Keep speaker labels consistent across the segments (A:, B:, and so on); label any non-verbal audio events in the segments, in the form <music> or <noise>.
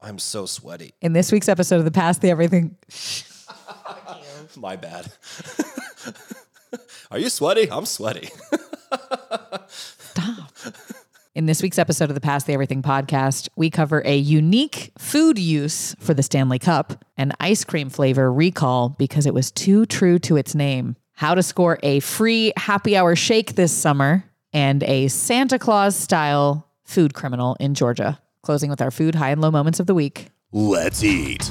A: I'm so sweaty.
B: In this week's episode of the Past the Everything,
A: <laughs> My bad. <laughs> Are you sweaty? I'm sweaty.
B: in this week's episode of the Past the Everything podcast, we cover a unique food use for the Stanley Cup, an ice cream flavor recall because it was too true to its name. How to score a free happy hour shake this summer and a Santa Claus style food criminal in Georgia. Closing with our food high and low moments of the week.
A: Let's eat.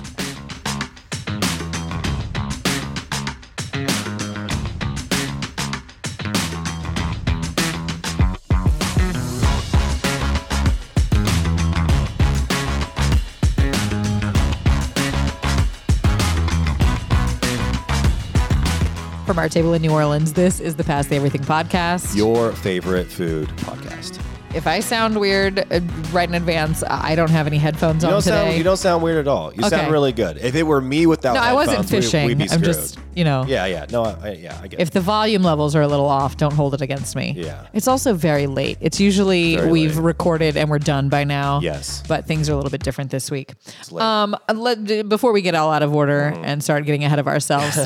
B: From our table in New Orleans, this is the Past the Everything podcast.
A: Your favorite food podcast.
B: If I sound weird uh, right in advance, I I don't have any headphones
A: You
B: on
A: don't,
B: today.
A: sound, you don't sound weird at all. You
B: Okay.
A: sound really good. If it were me without
B: no, I wasn't
A: headphones, we-
B: fishing.
A: we'd be
B: I'm
A: screwed.
B: just, you know,
A: yeah, yeah. No, I, I- yeah, I get
B: if
A: it.
B: the volume levels are a little off, don't hold it against me.
A: Yeah.
B: It's also very late. It's usually
A: Very
B: we've
A: late.
B: recorded and we're done by now.
A: Yes.
B: But things are a little bit different this week.
A: late. Mm.
B: Um, let, before we get all out of order and start getting ahead
A: <laughs>
B: of ourselves.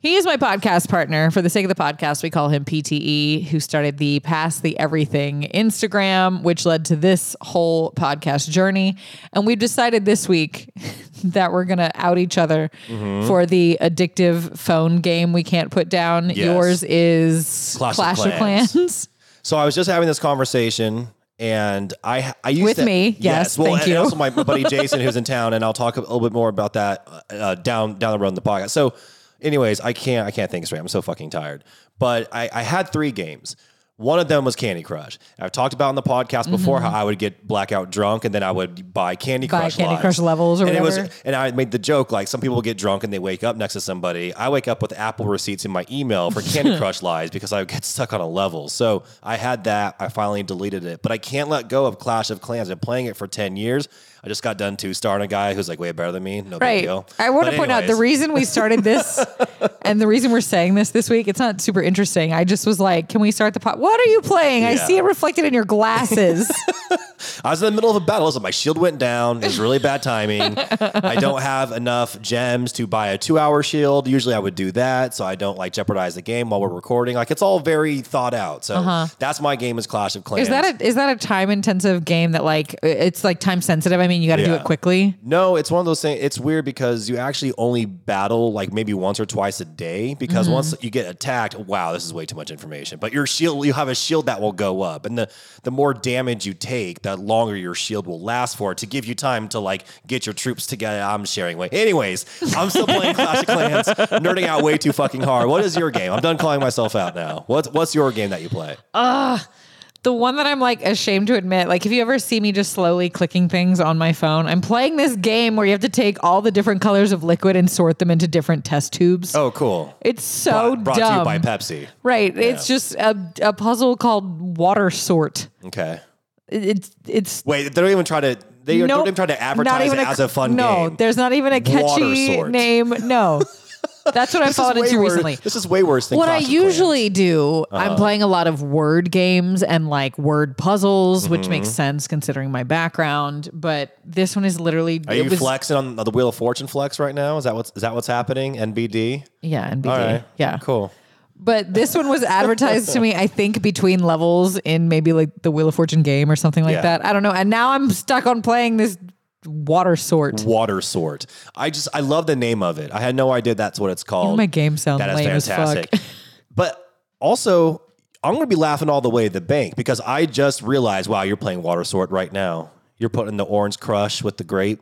B: He is my podcast partner. For the sake of the podcast, we call him PTE, who started the Pass the Everything Instagram, which led to this whole podcast journey. And we've decided this week <laughs> that we're going to out each other
A: Mm-hmm.
B: for the addictive phone game we can't put down. Yours is
A: Clash of
B: Clans.
A: Clans. <laughs> So I was just having this conversation, and I I used
B: With
A: to-
B: me, yes,
A: well,
B: thank
A: and
B: you.
A: also
B: <laughs>
A: my buddy Jason who's in town, and I'll talk a little bit more about that uh, uh, down down the road in the podcast. So, anyways, I can't I can't think straight. I'm so fucking tired. But I, I had three games. One of them was Candy Crush. I've talked about on the podcast before how I would get blackout drunk and then I would buy Candy
B: Mm-hmm. Buy
A: Crush
B: Candy
A: lives.
B: Crush levels or
A: and It
B: whatever.
A: was, and I made the joke like some people get drunk and they wake up next to somebody. I wake up with Apple receipts in my email for
B: <laughs>
A: Candy Crush lies because I get stuck on a level. So I had that. I finally deleted it, but I can't let go of Clash of Clans. I've been playing it for ten years. I just got done two starring a guy who's like way better than me. No big
B: Right.
A: deal.
B: I want
A: But
B: to point out the
A: anyways,
B: reason we started
A: <laughs>
B: this and the reason we're saying this this week, it's not super interesting. I just was like, can we start the pot? What are you playing? I
A: Yeah.
B: see it reflected in your glasses.
A: I was in the middle of a battle. So my shield went down. It was really bad timing.
B: <laughs>
A: I don't have enough gems to buy a two-hour shield. Usually I would do that, so I don't like jeopardize the game while we're recording. Like it's all very thought out. So that's my game is Clash of Clans.
B: Uh-huh. is that a is that a time intensive game that like it's like time sensitive? I mean, you got to do
A: Yeah.
B: it quickly.
A: No, it's one of those things. It's weird because you actually only battle like maybe once or twice a day because
B: Mm-hmm.
A: once you get attacked, wow, this is way too much information. But your shield, you have a shield that will go up, and the the more damage you take, the longer your shield will last for to give you time to like get your troops together. I'm sharing way. Anyways, I'm still playing Clash of Clans, nerding out way too fucking hard. What is your game? I'm done calling myself out now. What's what's your game that you play?
B: Oh, The one that I'm like ashamed to admit, like if you ever see me just slowly clicking things on my phone, I'm playing this game where you have to take all the different colors of liquid and sort them into different test tubes.
A: oh, cool.
B: It's so
A: brought, brought
B: dumb.
A: to you by Pepsi.
B: Right. It's just a, a puzzle called water sort.
A: Okay.
B: It- It's it's
A: Wait, they don't even try to. They
B: nope,
A: don't even try to
B: not
A: advertise
B: even
A: it as a fun
B: no,
A: game.
B: there's not even a
A: Water
B: catchy
A: sort.
B: name.
A: <laughs>
B: No. That's what I
A: is
B: followed
A: way
B: into
A: worse-
B: recently.
A: This is way worse than
B: What I
A: Clash of Clans.
B: usually do,
A: Uh-huh.
B: I'm playing a lot of word games and like word puzzles, which
A: Mm-hmm.
B: makes sense considering my background. But this one is literally
A: Are
B: it
A: you
B: was
A: flexing on the Wheel of Fortune flex right now? Is that what's is that what's happening? NBD.
B: yeah, NBD.
A: All right.
B: Yeah.
A: Cool.
B: But this one was advertised to me, I think, between levels in maybe like the Wheel of Fortune game or something like
A: Yeah.
B: that. I don't know. And now I'm stuck on playing this water sort.
A: Water sort. I just I love the name of it. I had no idea that's what it's called.
B: my game sound
A: That is
B: lame as <laughs>
A: fantastic. but also, I'm gonna be laughing all the way to the bank because I just realized, wow, you're playing water sort right now. You're putting the orange crush with the grape.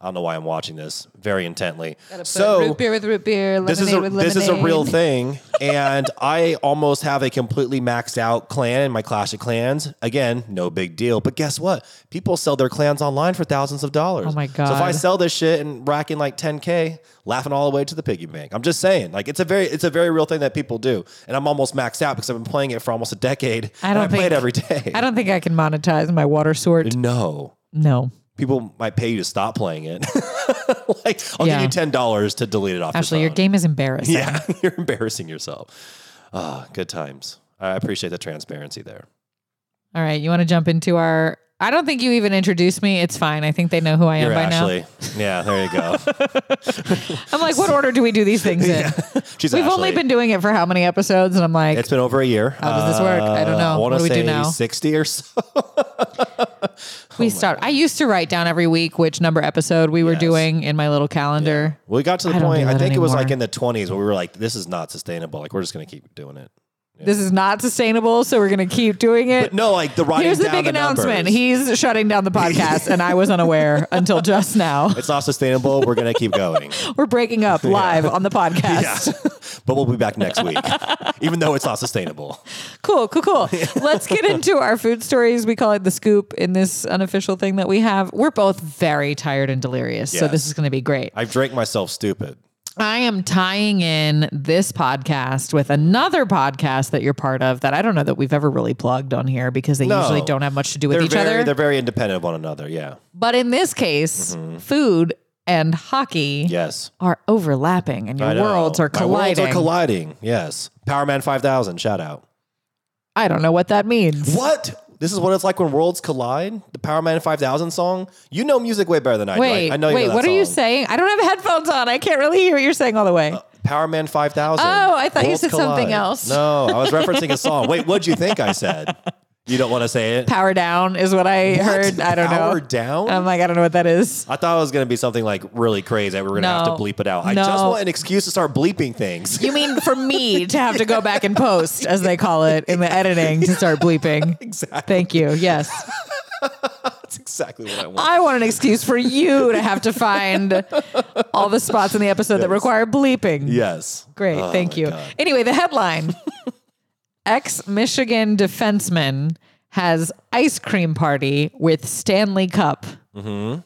A: I don't know why I'm watching this very intently. So
B: root beer with root beer, lemonade
A: this is a
B: with
A: this is a real
B: lemonade. <laughs>
A: thing, and I almost have a completely maxed out clan in my Clash of Clans. Again, no big deal. But guess what? People sell their clans online for thousands of dollars.
B: Oh my
A: So if I
B: God.
A: sell this shit and rack in like 10k, laughing all the way to the piggy bank. I'm just saying, like it's a very it's a very real thing that people do, and I'm almost maxed out because I've been playing it for almost a decade.
B: I
A: and
B: don't
A: I play it
B: think-
A: every day.
B: I don't think I can monetize my water sort.
A: <laughs> no.
B: No.
A: People might pay you to stop playing it. <laughs> like, I'll
B: Yeah.
A: give you ten dollars to delete it off.
B: Ashley,
A: your
B: your
A: phone.
B: game is <laughs> embarrassing.
A: Yeah, <laughs> you're embarrassing yourself. Ah, good times. I appreciate the transparency there.
B: All right. You want to jump into our I don't think you even introduced me. It's fine. I think they know who I am
A: You're
B: by
A: Ashley. Yeah, there you
B: <laughs>
A: go.
B: now. I'm like, what order do we do these things
A: <laughs>
B: in?
A: She's
B: We've
A: Ashley.
B: only been doing it for how many episodes? And I'm like,
A: It's been over a year. How
B: does this work? I don't know.
A: I want to
B: What do we do
A: say
B: now?
A: sixty or so. <laughs>
B: we start. I used to write down every week which number episode we were
A: Yes.
B: doing in my little calendar.
A: We got to the
B: I don't
A: point.
B: do
A: I
B: that
A: think it was
B: anymore.
A: like in the twenties where we were like, "This is not sustainable. Like, we're just gonna keep doing it."
B: This is not sustainable, so we're going to keep doing it.
A: But no, like the writing.
B: Here's the
A: down
B: big
A: numbers.
B: announcement. He's shutting down
A: <laughs>
B: the podcast, and I was unaware until just now.
A: it's not sustainable. We're gonna keep going.
B: <laughs> We're
A: <laughs>
B: breaking up live on the podcast.
A: yeah, <laughs> but we'll be back next week, <laughs> even though it's not sustainable.
B: Cool,
A: <laughs>
B: cool, cool. Let's get into our food stories. We call it the scoop in this unofficial thing that we have. We're both very tired and delirious, so
A: Yes.
B: this is going to be great.
A: I've drank myself stupid.
B: I am tying in this podcast with another podcast that you're part of that I don't know that we've ever really plugged on here because they
A: No.
B: usually don't have much to do with
A: They're
B: each
A: very,
B: other.
A: they're very independent of one another. Yeah.
B: But in this case,
A: Mm-hmm.
B: food and hockey
A: Yes.
B: are overlapping and your
A: I know.
B: worlds are
A: My worlds
B: colliding.
A: are colliding. Yes. Power Man Five Thousand. Shout out.
B: I don't know what that means.
A: What? This is what it's like when worlds collide. The Power Man Five Thousand song. You know music way better than I do. I-
B: Wait,
A: I know you
B: wait,
A: know that
B: what are you
A: song. Uh,
B: saying? I don't have headphones on. I can't really hear what you're saying all the way.
A: Power Man 5000.
B: Oh, I thought you
A: Worlds
B: said something
A: collide.
B: else.
A: No, I was referencing a song. Wait, what'd you think I said? You don't want to say it?
B: Power down is what I heard. I don't
A: Power
B: know.
A: down?
B: I'm like, I don't know what that is.
A: I thought it was going to be something like really crazy that we were going to
B: No.
A: have to bleep it out. I just
B: No.
A: want an excuse to start bleeping things. <laughs>
B: You mean for me to have to go back and post, as they call it, in the editing to start
A: <laughs>
B: bleeping?
A: Exactly.
B: Thank you. Yes.
A: That's exactly what I want.
B: I want an excuse for you to have to find all the spots in the episode that require bleeping.
A: yes.
B: Great.
A: Oh
B: thank
A: my
B: you.
A: God.
B: Anyway,
A: <laughs>
B: the headline Ex Michigan defenseman has ice cream party with Stanley Cup.
A: Mm-hmm.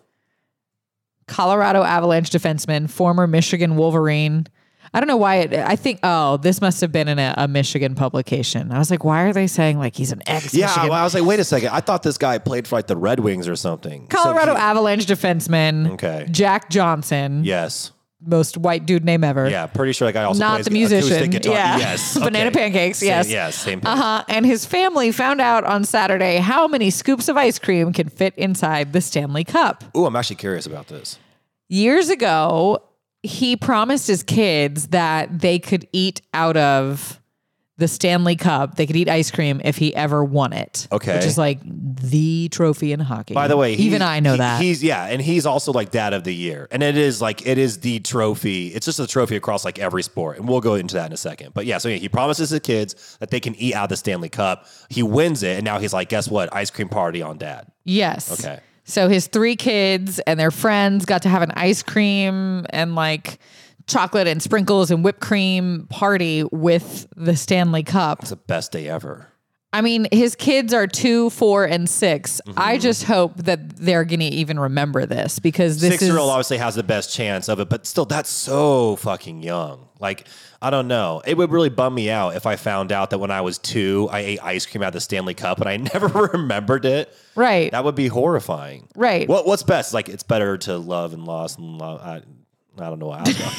B: Colorado Avalanche defenseman, former Michigan Wolverine. I don't know why it, I think, oh, this must have been in a, a Michigan publication. I was like, why are they saying like he's an ex
A: Yeah,
B: Michigan?
A: well, I was like, wait a second. I thought this guy played for like the Red Wings or something. So
B: Colorado
A: he-
B: Avalanche defenseman,
A: Okay.
B: Jack Johnson,
A: yes.
B: most white dude name ever.
A: Yeah, pretty sure that guy also
B: Not
A: plays
B: the musician.
A: acoustic guitar.
B: Yeah.
A: "Oh, Yes.
B: <laughs> Banana
A: okay.
B: pancakes.
A: Same-
B: Yes.
A: Yes. Same.
B: Uh huh. And his family found out on Saturday how many scoops of ice cream can fit inside the Stanley Cup.
A: Ooh, I'm actually curious about this.
B: Years ago, he promised his kids that they could eat out of the Stanley Cup. They could eat ice cream if he ever won it.
A: Okay.
B: Which is like the trophy in hockey.
A: By the way,
B: even I know that.
A: he's yeah, and he's also like dad of the year, and it is like it is the trophy. It's just a trophy across like every sport, and we'll go into that in a second. But yeah, so yeah, he promises his kids that they can eat out of the Stanley Cup. He wins it, and now he's like, guess what? Ice cream party on dad.
B: Yes.
A: Okay.
B: So his three kids and their friends got to have an ice cream and like chocolate and sprinkles and whipped cream party with the Stanley Cup.
A: It's the best day ever.
B: I mean, his kids are two, four, and 6
A: Mm-hmm.
B: I just hope that they're going to even remember this because this
A: Six year old
B: is.
A: obviously has the best chance of it, but still, that's so fucking young. Like, I don't know. It would really bum me out if I found out that when I was two, I ate ice cream out of the Stanley Cup and I <laughs> never remembered it.
B: Right.
A: That would be horrifying.
B: Right.
A: What What's best? Like it's better to love and loss and love. I, I don't know. I,
B: <laughs>
A: don't know.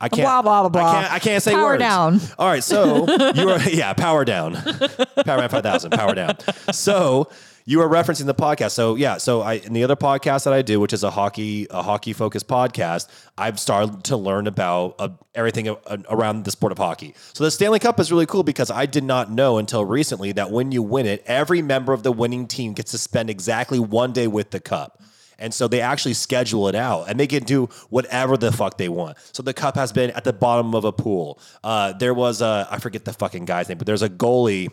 A: I can't.
B: Blah, blah, blah,
A: I
B: blah.
A: can't, I can't say
B: Power
A: words.
B: down.
A: All right.
B: <laughs>
A: So you are yeah. Power down. Power man five thousand. Power down. So you are referencing the podcast. So yeah. So I in the other podcast that I do, which is a hockey a hockey focused podcast, I've started to learn about uh, everything a- a- around the sport of hockey. So the Stanley Cup is really cool because I did not know until recently that when you win it, every member of the winning team gets to spend exactly one day with the cup. And so they actually schedule it out and they can do whatever the fuck they want. So the cup has been at the bottom of a pool. Uh, there was a, I forget the fucking guy's name, but there's a goalie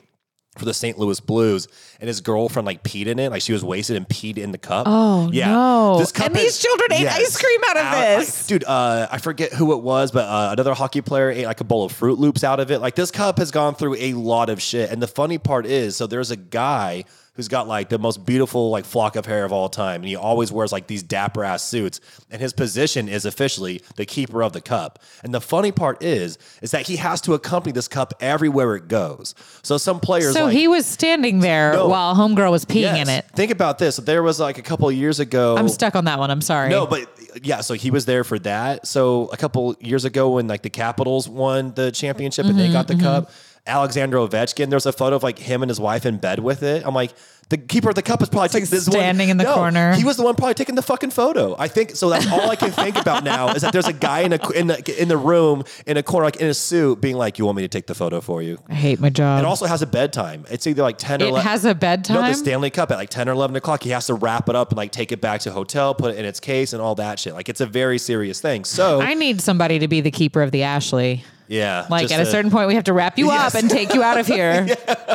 A: for the St. Louis Blues and his girlfriend like peed in it. Like she was wasted and peed in the cup.
B: Oh, no. And these children ate ice cream out of
A: I-
B: this.
A: dude, uh, I forget who it was, but uh, another hockey player ate like a bowl of Fruit Loops out of it. Like this cup has gone through a lot of shit. And the funny part is, so there's a guy who's got like the most beautiful like flock of hair of all time, and he always wears like these dapper ass suits. And his position is officially the keeper of the cup. And the funny part is, is that he has to accompany this cup everywhere it goes. So some players
B: So
A: like,
B: he was standing there
A: No.
B: while Homegirl was peeing
A: Yes.
B: in it.
A: Think about this. There was like a couple of years ago.
B: I'm stuck on that one. I'm sorry.
A: No, but yeah, so he was there for that. So a couple years ago when like the Capitals won the
B: Mm-hmm,
A: championship and they got the cup, Alexander Ovechkin, there's a photo of like him and his wife in bed with it. I'm like, The keeper of the cup is probably taking this one-
B: standing in the
A: No,
B: corner.
A: He was the one probably taking the fucking photo. I think so. That's all I can think about now is that there's a guy in a in the, in the room in a corner, like in a suit, being like, "You want me to take the photo for you?"
B: I hate my job.
A: It also has a bedtime. It's either like ten or
B: It
A: eleven.
B: has a bedtime?
A: No, the Stanley Cup at like ten or eleven o'clock. He has to wrap it up and like take it back to the hotel, put it in its case, and all that shit. Like it's a very serious thing. So
B: I need somebody to be the keeper of the Ashley.
A: yeah,
B: Like
A: just
B: at a, certain point, we have to wrap you
A: Yes.
B: up and take you out
A: <laughs>
B: of here.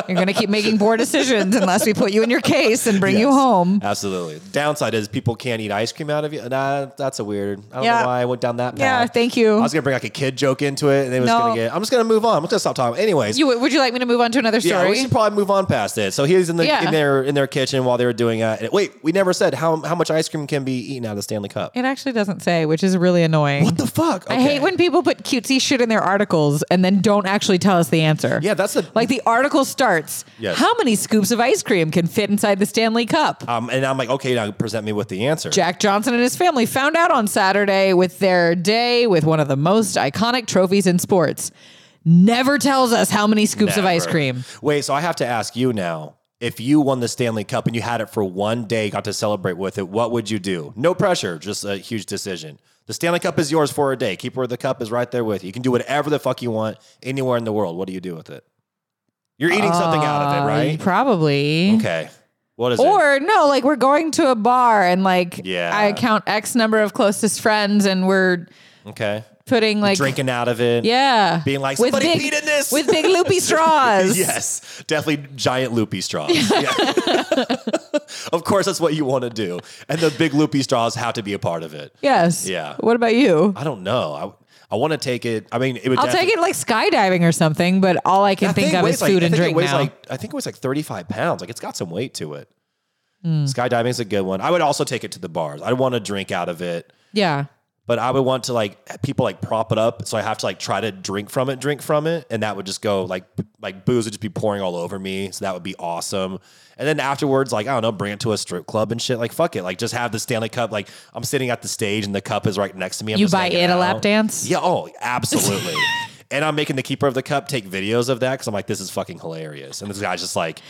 B: You're going to keep making poor decisions unless we put you in your case and bring you
A: Yes,
B: home.
A: Absolutely. Downside is people can't eat ice cream out of you. Nah, that's a weird. I don't
B: Yeah.
A: know why I went down that path.
B: Yeah, thank you.
A: I was gonna bring like a kid joke into it, and it was
B: No.
A: gonna get. I'm just gonna move on. I'm just gonna stop talking. Anyways,
B: You, would you like me to move on to another
A: yeah,
B: story?
A: we should probably move on past it. So he's in the
B: Yeah.
A: in their in their kitchen while they were doing that. And Wait, we never said how how much ice cream can be eaten out of the Stanley Cup.
B: it actually doesn't say, which is really annoying.
A: What the fuck?
B: I hate
A: Okay.
B: when people put cutesy shit in their articles and then don't actually tell us the answer.
A: Yeah, that's the-
B: like the article starts.
A: Yes.
B: How many scoops of ice cream can fit inside the Stanley Cup?
A: Um, and I'm like, okay, now present me with the answer.
B: Jack Johnson and his family found out on Saturday with their day with one of the most iconic trophies in sports. Never tells us how many scoops of ice
A: Never.
B: cream.
A: Wait, so I have to ask you now. If you won the Stanley Cup and you had it for one day, got to celebrate with it, what would you do? No pressure, just a huge decision. The Stanley Cup is yours for a day. Keeper of the Cup is right there with you. You can do whatever the fuck you want anywhere in the world. What do you do with it? You're eating something out of it, right?
B: Uh, Probably.
A: Okay. What is it?
B: Or no, like we're going to a bar and like
A: Yeah.
B: I count X number of closest friends and we're
A: Okay.
B: putting like
A: Drinking out of it.
B: yeah,
A: Being like,
B: With
A: "Somebody
B: big-
A: peed in this!"
B: with
A: <laughs>
B: big loopy straws.
A: Yes, definitely giant loopy straws. Yeah. <laughs> of course, that's what you want to do. And the big loopy straws have to be a part of it.
B: Yes.
A: Yeah.
B: What about you?
A: I don't know. I, I want to take it. I mean, it would
B: I'll take it like skydiving or something, but all I can think of is food and drink
A: it weighs
B: now.
A: Like, I think it weighs like 35 pounds. Like it's got some weight to it.
B: Hmm.
A: Skydiving is a good one. I would also take it to the bars. I want to drink out of it,
B: yeah.
A: but I would want to like people like prop it up, so I have to like try to drink from it, drink from it, and that would just go like like booze would just be pouring all over me. So that would be awesome. And then afterwards, like I don't know, bring it to a strip club and shit. Like fuck it, like just have the Stanley Cup. Like I'm sitting at the stage and the cup is right next to me. I'm
B: You
A: just
B: buy
A: hanging
B: it a lap
A: out.
B: dance?
A: Yeah. Oh,
B: <laughs>
A: absolutely. and I'm making the keeper of the cup take videos of that because I'm like, this is fucking hilarious. And this guy's just like,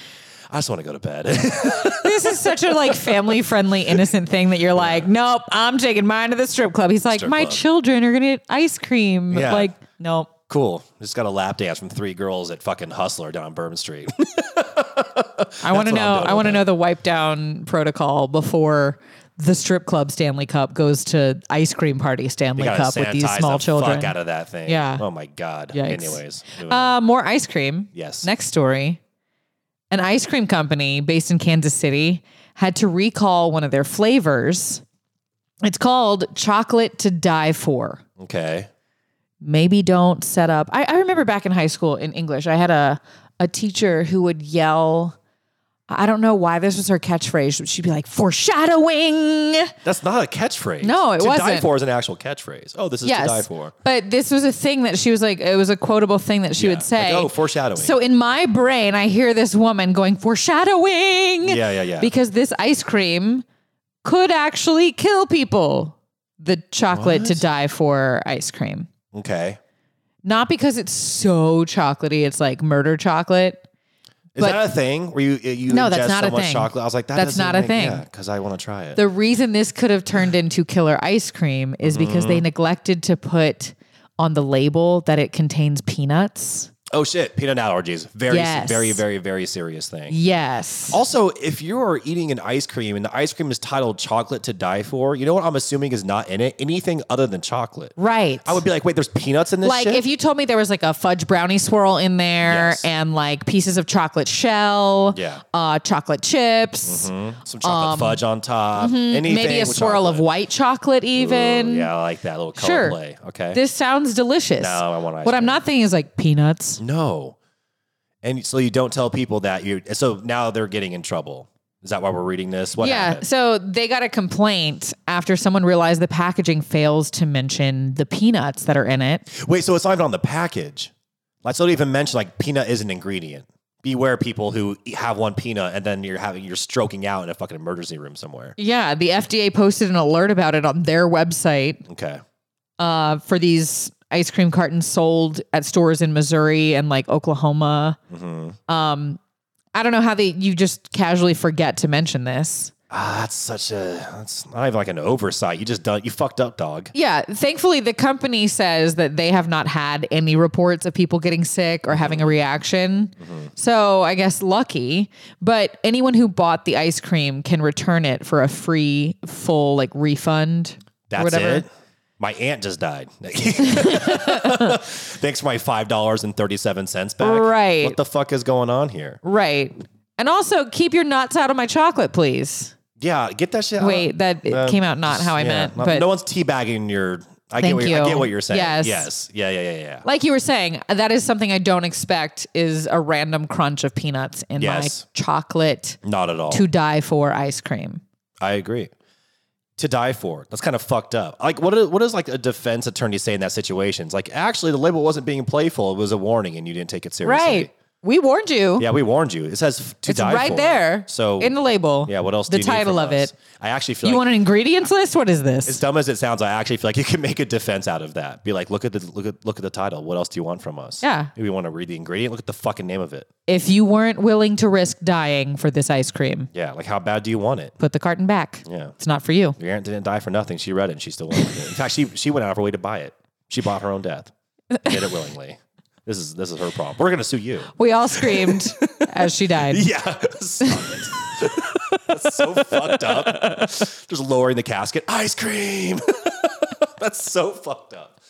A: I just want to go to bed. <laughs>
B: This is such a like family friendly, innocent thing that you're like, nope, I'm taking mine to the strip club. He's like,
A: Strip
B: my
A: club.
B: children are gonna get ice cream.
A: Yeah.
B: Like, nope.
A: cool. Just got a lap dance from three girls at fucking Hustler down on Bourbon Street.
B: I want to
A: what I'm
B: know.
A: doing
B: I want to
A: with
B: know the wipe down protocol before the strip club Stanley Cup goes to ice cream party Stanley
A: Gotta
B: Cup with these
A: sanitize
B: small
A: the
B: children.
A: fuck out of that thing.
B: Yeah.
A: Oh my god.
B: Yikes.
A: Anyways, moving on.
B: Uh, more ice cream.
A: Yes.
B: Next story. An ice cream company based in Kansas City had to recall one of their flavors. It's called chocolate to die for.
A: okay.
B: Maybe don't set up. I, I remember back in high school in English, I had a a teacher who would yell. I don't know why this was her catchphrase. but She'd be like, foreshadowing.
A: That's not a catchphrase.
B: No, it
A: to die
B: wasn't.
A: for is an actual catchphrase. Oh, this is to die for.
B: But this was a thing that she was like, it was a quotable thing that she
A: Yeah.
B: would say.
A: Like, oh, foreshadowing.
B: So in my brain, I hear this woman going, foreshadowing.
A: Yeah, yeah, yeah.
B: Because this ice cream could actually kill people. The chocolate to die for ice cream.
A: okay.
B: Not because it's so chocolatey, it's like murder chocolate.
A: Is
B: But-
A: that a thing where you you
B: No,
A: ingest
B: that's not
A: so
B: a
A: much
B: thing.
A: chocolate? I was like, that
B: That's
A: doesn't
B: not a
A: make-
B: thing.
A: Yeah, because I want to try it.
B: The reason this could have turned into killer ice cream is
A: Mm-hmm.
B: because they neglected to put on the label that it contains peanuts.
A: oh shit, peanut allergies. Very,
B: Yes.
A: very, very, very serious thing.
B: Yes.
A: Also, if you are eating an ice cream and the ice cream is titled chocolate to die for, you know what I'm assuming is not in it? Anything other than chocolate.
B: Right.
A: I would be like, wait, there's peanuts in this
B: like
A: shit?
B: if you told me there was like a fudge brownie swirl in there
A: Yes.
B: and like pieces of chocolate shell,
A: Yeah.
B: uh, chocolate chips,
A: Mm-hmm. Some chocolate fudge on top. Anything
B: Um, mm-hmm. maybe a
A: with
B: swirl of
A: chocolate.
B: white chocolate even.
A: Yeah, I like that little color
B: Sure.
A: play. Okay.
B: This sounds delicious.
A: No, I want ice
B: what I'm
A: cream.
B: not thinking is like peanuts.
A: no. And so you don't tell people that you so now they're getting in trouble. Is that why we're reading this? What
B: yeah.
A: happened?
B: So they got a complaint after someone realized the packaging fails to mention the peanuts that are in it.
A: Wait, so it's not even on the package. Like, so don't even mention like peanut is an ingredient. Beware people who eat- have one peanut and then you're having you're stroking out in a fucking emergency room somewhere.
B: Yeah. The FDA posted an alert about it on their website.
A: Okay.
B: uh, for these ice cream
A: Mm-hmm.
B: cartons sold at stores in Missouri and like Oklahoma. Um, I don't know how they you just casually forget to mention this.
A: Ah, that's such a that's not even like an oversight. You just done you fucked up, dog.
B: Yeah, thankfully the company says that they have not had any reports of people getting sick or having a reaction. So, I guess lucky, but anyone who bought the ice cream can return it for a free full like refund. or
A: That's
B: whatever.
A: it. My aunt just died. <laughs> Thanks for my five dollars and thirty seven cents back.
B: Right.
A: What the fuck is going on here?
B: Right. And also keep your nuts out of my chocolate, please.
A: Yeah, get that shit. out.
B: Wait, that it
A: Uh,
B: came out not how I
A: yeah,
B: meant,
A: no-
B: but
A: no one's teabagging your. I
B: Thank
A: get what you're,
B: you.
A: I get what you're saying.
B: Yes.
A: Yes. Yeah. Yeah. Yeah. Yeah.
B: like you were saying, that is something I don't expect is a random crunch of peanuts in
A: Yes.
B: my chocolate
A: Not at all.
B: to die for ice cream.
A: I agree. To die for. That's kind of fucked up. Like, what is, what does like a defense attorney say in that situation? It's like, actually, the label wasn't being playful. It was a warning, and you didn't take it seriously.
B: Right. We warned you.
A: Yeah, we warned you. It says f- to
B: it's
A: die
B: right
A: for.
B: there.
A: So
B: in the label. <laughs>
A: yeah, what else?
B: The
A: do you need
B: title
A: from
B: of
A: us?
B: it.
A: I actually feel
B: You
A: like,
B: want
A: <laughs>
B: an ingredients list? What is this?
A: as dumb as it sounds, I actually feel like you can make a defense out of that. Be like, look at the look at look at the title. What else do you want from us?
B: Yeah.
A: Maybe we want to read the ingredient. Look at the fucking name of it.
B: if you weren't willing to risk dying for this ice cream,
A: Yeah. Like, how bad do you want it?
B: put the carton back.
A: Yeah.
B: It's not for you.
A: Your aunt didn't die for nothing. She read it and she still wanted it. In fact, she she went out of her way to buy it. She bought her own death. Did it willingly. This is this is her problem. We're gonna sue you.
B: We all screamed as she died.
A: <laughs> Yeah. Stop it. <laughs> That's so fucked up. Just lowering the casket. Ice cream. <laughs> That's so fucked up.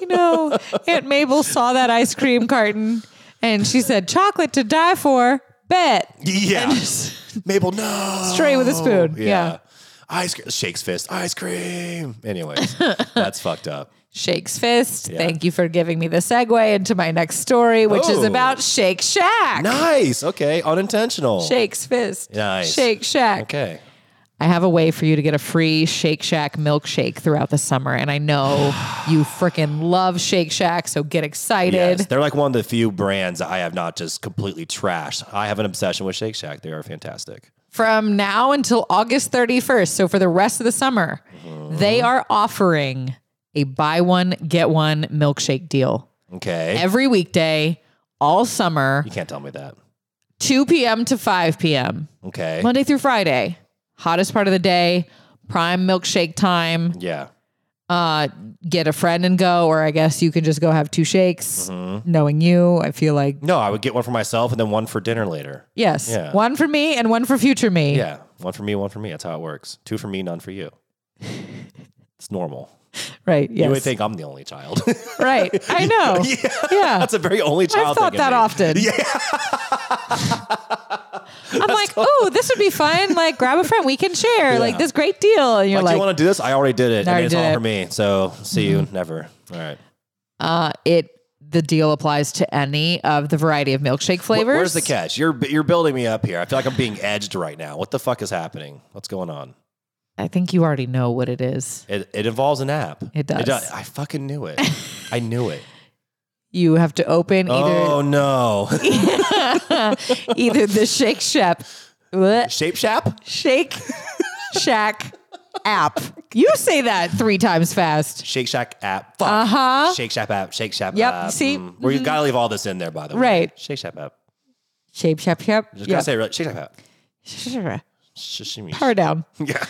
B: You know, Aunt Mabel saw that ice cream carton and she said, chocolate to die for. Bet.
A: Yeah. <laughs> Mabel, no.
B: Straight with a spoon. Yeah.
A: Ice cream. Shakes fist. Ice cream. Anyways, <laughs> that's fucked up.
B: Shake's fist. Thank you for giving me the segue into my next story, which is
A: Oh.
B: about Shake Shack.
A: Nice. Okay. Unintentional.
B: Shake's fist.
A: Nice.
B: Shake Shack.
A: Okay.
B: I have a way for you to get a free Shake Shack milkshake throughout the summer. And I know you freaking love Shake Shack, so get excited.
A: Yes, they're like one of the few brands I have not just completely trashed. I have an obsession with Shake Shack. They are fantastic.
B: From now until August 31st, so for the rest of the summer, they are offering a buy one, get one milkshake deal
A: Okay.
B: every weekday, all summer,
A: you can't tell me that.
B: 2 p.m. to 5 p.m.,
A: Okay.
B: Monday through Friday. Hottest part of the day, prime milkshake time.
A: Yeah.
B: uh, get a friend and go, or I guess you can just go have two shakes.
A: Mm-hmm.
B: Knowing you, I feel like
A: No, I would get one for myself and then one for dinner later.
B: yes,
A: Yeah.
B: one for me and one for future me.
A: Yeah. One for me, one for me. That's how it works. Two for me, none for
B: <laughs>
A: you. It's normal.
B: Right. Yes.
A: You would think I'm the only child. <laughs>
B: right. I know. yeah.
A: That's a very only child.
B: I've thought
A: thing of
B: that
A: me.
B: often. Yeah. <laughs> I'm like, oh, this would be fun. Like, grab a friend, we can share. Like this great deal, and you're
A: Like,
B: like,
A: do you want to do this? I already did it.
B: I
A: I mean,
B: already
A: it's
B: did
A: all
B: it. Mm-hmm.
A: for me. So see you never. All right.
B: uh, it. The deal applies to any of the variety of milkshake flavors.
A: Where's the catch? You're you're building me up here. I feel like I'm being edged right now. What the fuck is happening? What's going on?
B: I think you already know what it is.
A: It, it involves an app.
B: It does.
A: I fucking knew it. I knew it.
B: You have to open <laughs> either
A: Oh
B: <laughs>
A: no. <laughs>
B: either the Shake Shack, bleh,
A: Shape Shap?
B: Shake Shack app. You say that three times fast.
A: Shake Shack app. Fuck. Uh huh. Shake Shack app. Shake Shack
B: Uh-huh. Yep,
A: app.
B: see? Mm-hmm.
A: Mm. Well, you gotta leave all this in there, by the way.
B: Right.
A: Shake Shack app.
B: Shape, shape, shape.
A: Just gotta say, right, Shake Shack app.
B: Yep.
A: Sashimi.
B: Power down.
A: <laughs>
B: <laughs>
A: Yeah.